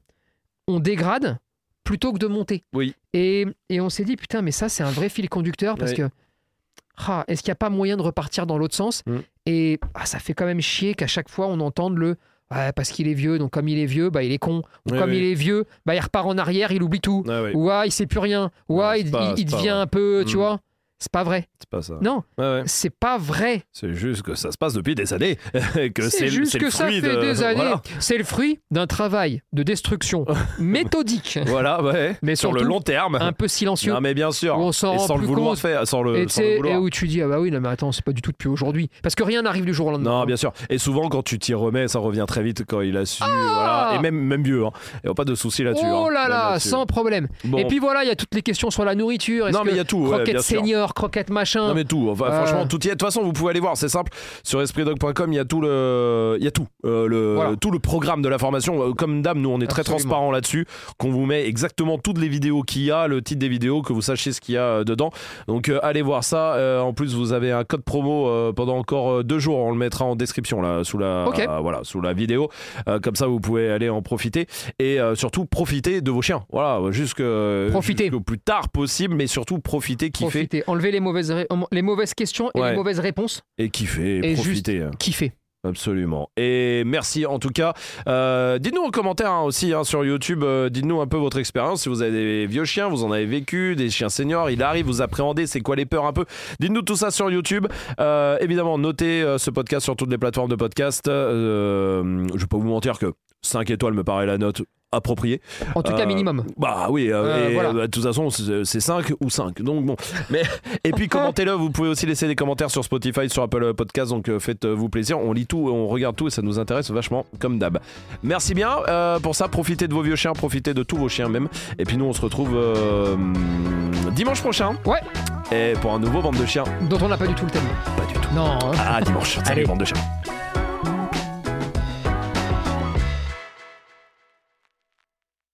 S3: on dégrade plutôt que de monter.
S2: Oui.
S3: Et, et on s'est dit, putain, mais ça, c'est un vrai fil conducteur parce
S2: Oui.
S3: que, ah, est-ce qu'il n'y a pas moyen de repartir dans l'autre sens
S2: Mm.
S3: Et ah, ça fait quand même chier qu'à chaque fois, on entende le Ouais, parce qu'il est vieux, donc comme il est vieux, bah, il est con. Ou
S2: Oui,
S3: comme
S2: oui.
S3: il est vieux, bah, il repart en arrière, il oublie tout.
S2: Ah oui,
S3: Ou ah, il sait plus rien. Ou
S2: Non,
S3: ah,
S2: c'est
S3: il,
S2: pas-
S3: il-
S2: c'est
S3: il
S2: pas
S3: devient
S2: vrai.
S3: un peu, tu
S2: Mm.
S3: vois. C'est pas vrai.
S2: c'est pas ça.
S3: Non,
S2: Ouais, ouais.
S3: c'est pas vrai.
S2: C'est juste que ça se passe depuis des années. et que
S3: C'est
S2: le-
S3: juste
S2: c'est le
S3: que ça
S2: fruit
S3: fait
S2: de-
S3: des années.
S2: Voilà.
S3: C'est le fruit d'un travail de destruction méthodique,
S2: Voilà, ouais.
S3: Mais
S2: sur le
S3: surtout,
S2: long terme.
S3: un peu silencieux.
S2: Non, mais bien sûr.
S3: Où on s'en
S2: et
S3: rend
S2: sans le
S3: plus
S2: vouloir
S3: compte.
S2: faire, sans le,
S3: et, tu
S2: sans le
S3: sais, et
S2: vouloir.
S3: où tu dis, ah bah oui, non, mais attends, c'est pas du tout depuis aujourd'hui. Parce que rien n'arrive du jour au lendemain.
S2: Non, bien sûr. Et souvent, quand tu t'y remets, ça revient très vite quand il a su. voilà. Et même, même vieux. Hein. Et pas de soucis là-dessus.
S3: Ah Oh
S2: hein.
S3: là
S2: Même
S3: là,
S2: là-dessus.
S3: sans problème.
S2: Bon.
S3: Et puis voilà, il y a toutes les questions sur la nourriture. Est-ce
S2: non, mais il
S3: que
S2: y a tout. ouais,
S3: croquette
S2: bien sûr.
S3: senior, croquette machin.
S2: Non mais tout, enfin,
S3: Euh.
S2: franchement tout y est. De toute façon, vous pouvez aller voir, c'est simple. Sur espritdog.com, il y a tout le, il y a tout, Euh, le,
S3: Voilà.
S2: tout le programme de la formation. Euh, Comme dame, nous on est très
S3: Absolument.
S2: transparent là-dessus, qu'on vous met exactement toutes les vidéos qu'il y a, le titre des vidéos, que vous sachiez ce qu'il y a euh, dedans. Donc euh, allez voir ça. Euh, en plus, vous avez un code promo euh, pendant encore euh, deux jours. On le mettra en description là, sous la,
S3: Ok.
S2: euh, voilà, sous la vidéo. Euh, comme ça, vous pouvez aller en profiter et euh, surtout profiter de vos chiens. Voilà, jusque
S3: Profitez.
S2: jusqu'au plus tard possible, mais surtout profiter, kiffer
S3: Profitez, enlevez les mauvaises, ré- les mauvaises questions et
S2: Ouais.
S3: les mauvaises réponses.
S2: et kiffer,
S3: Et
S2: profiter. hein,
S3: Kiffez.
S2: Absolument. Et merci en tout cas. Euh, dites-nous en commentaire hein, aussi hein, sur YouTube, euh, dites-nous un peu votre expérience. Si vous avez des vieux chiens, vous en avez vécu, des chiens seniors, il arrive, vous appréhendez, c'est quoi les peurs un peu Dites-nous tout ça sur YouTube. Euh, évidemment, notez euh, ce podcast sur toutes les plateformes de podcast. Euh, je vais pas vous mentir que 5 étoiles me paraît la note appropriée.
S3: En tout
S2: Euh,
S3: cas, minimum.
S2: Bah oui, euh,
S3: Euh,
S2: et,
S3: voilà.
S2: bah, de toute façon, c'est c'est 5 ou 5. Donc bon. Mais, et puis commentez-le, vous pouvez aussi laisser des commentaires sur Spotify, sur Apple Podcast, donc euh, faites-vous plaisir. On lit tout, on regarde tout et ça nous intéresse vachement, comme d'hab. Merci bien euh, pour ça, profitez de vos vieux chiens, profitez de tous vos chiens même. Et puis nous, on se retrouve euh, dimanche prochain.
S3: Ouais.
S2: Et pour un nouveau Bande de chiens.
S3: dont on n'a pas du tout le thème. Pas du tout. Non. hein.
S2: À dimanche. Salut,
S3: Allez.
S2: Bande de chiens.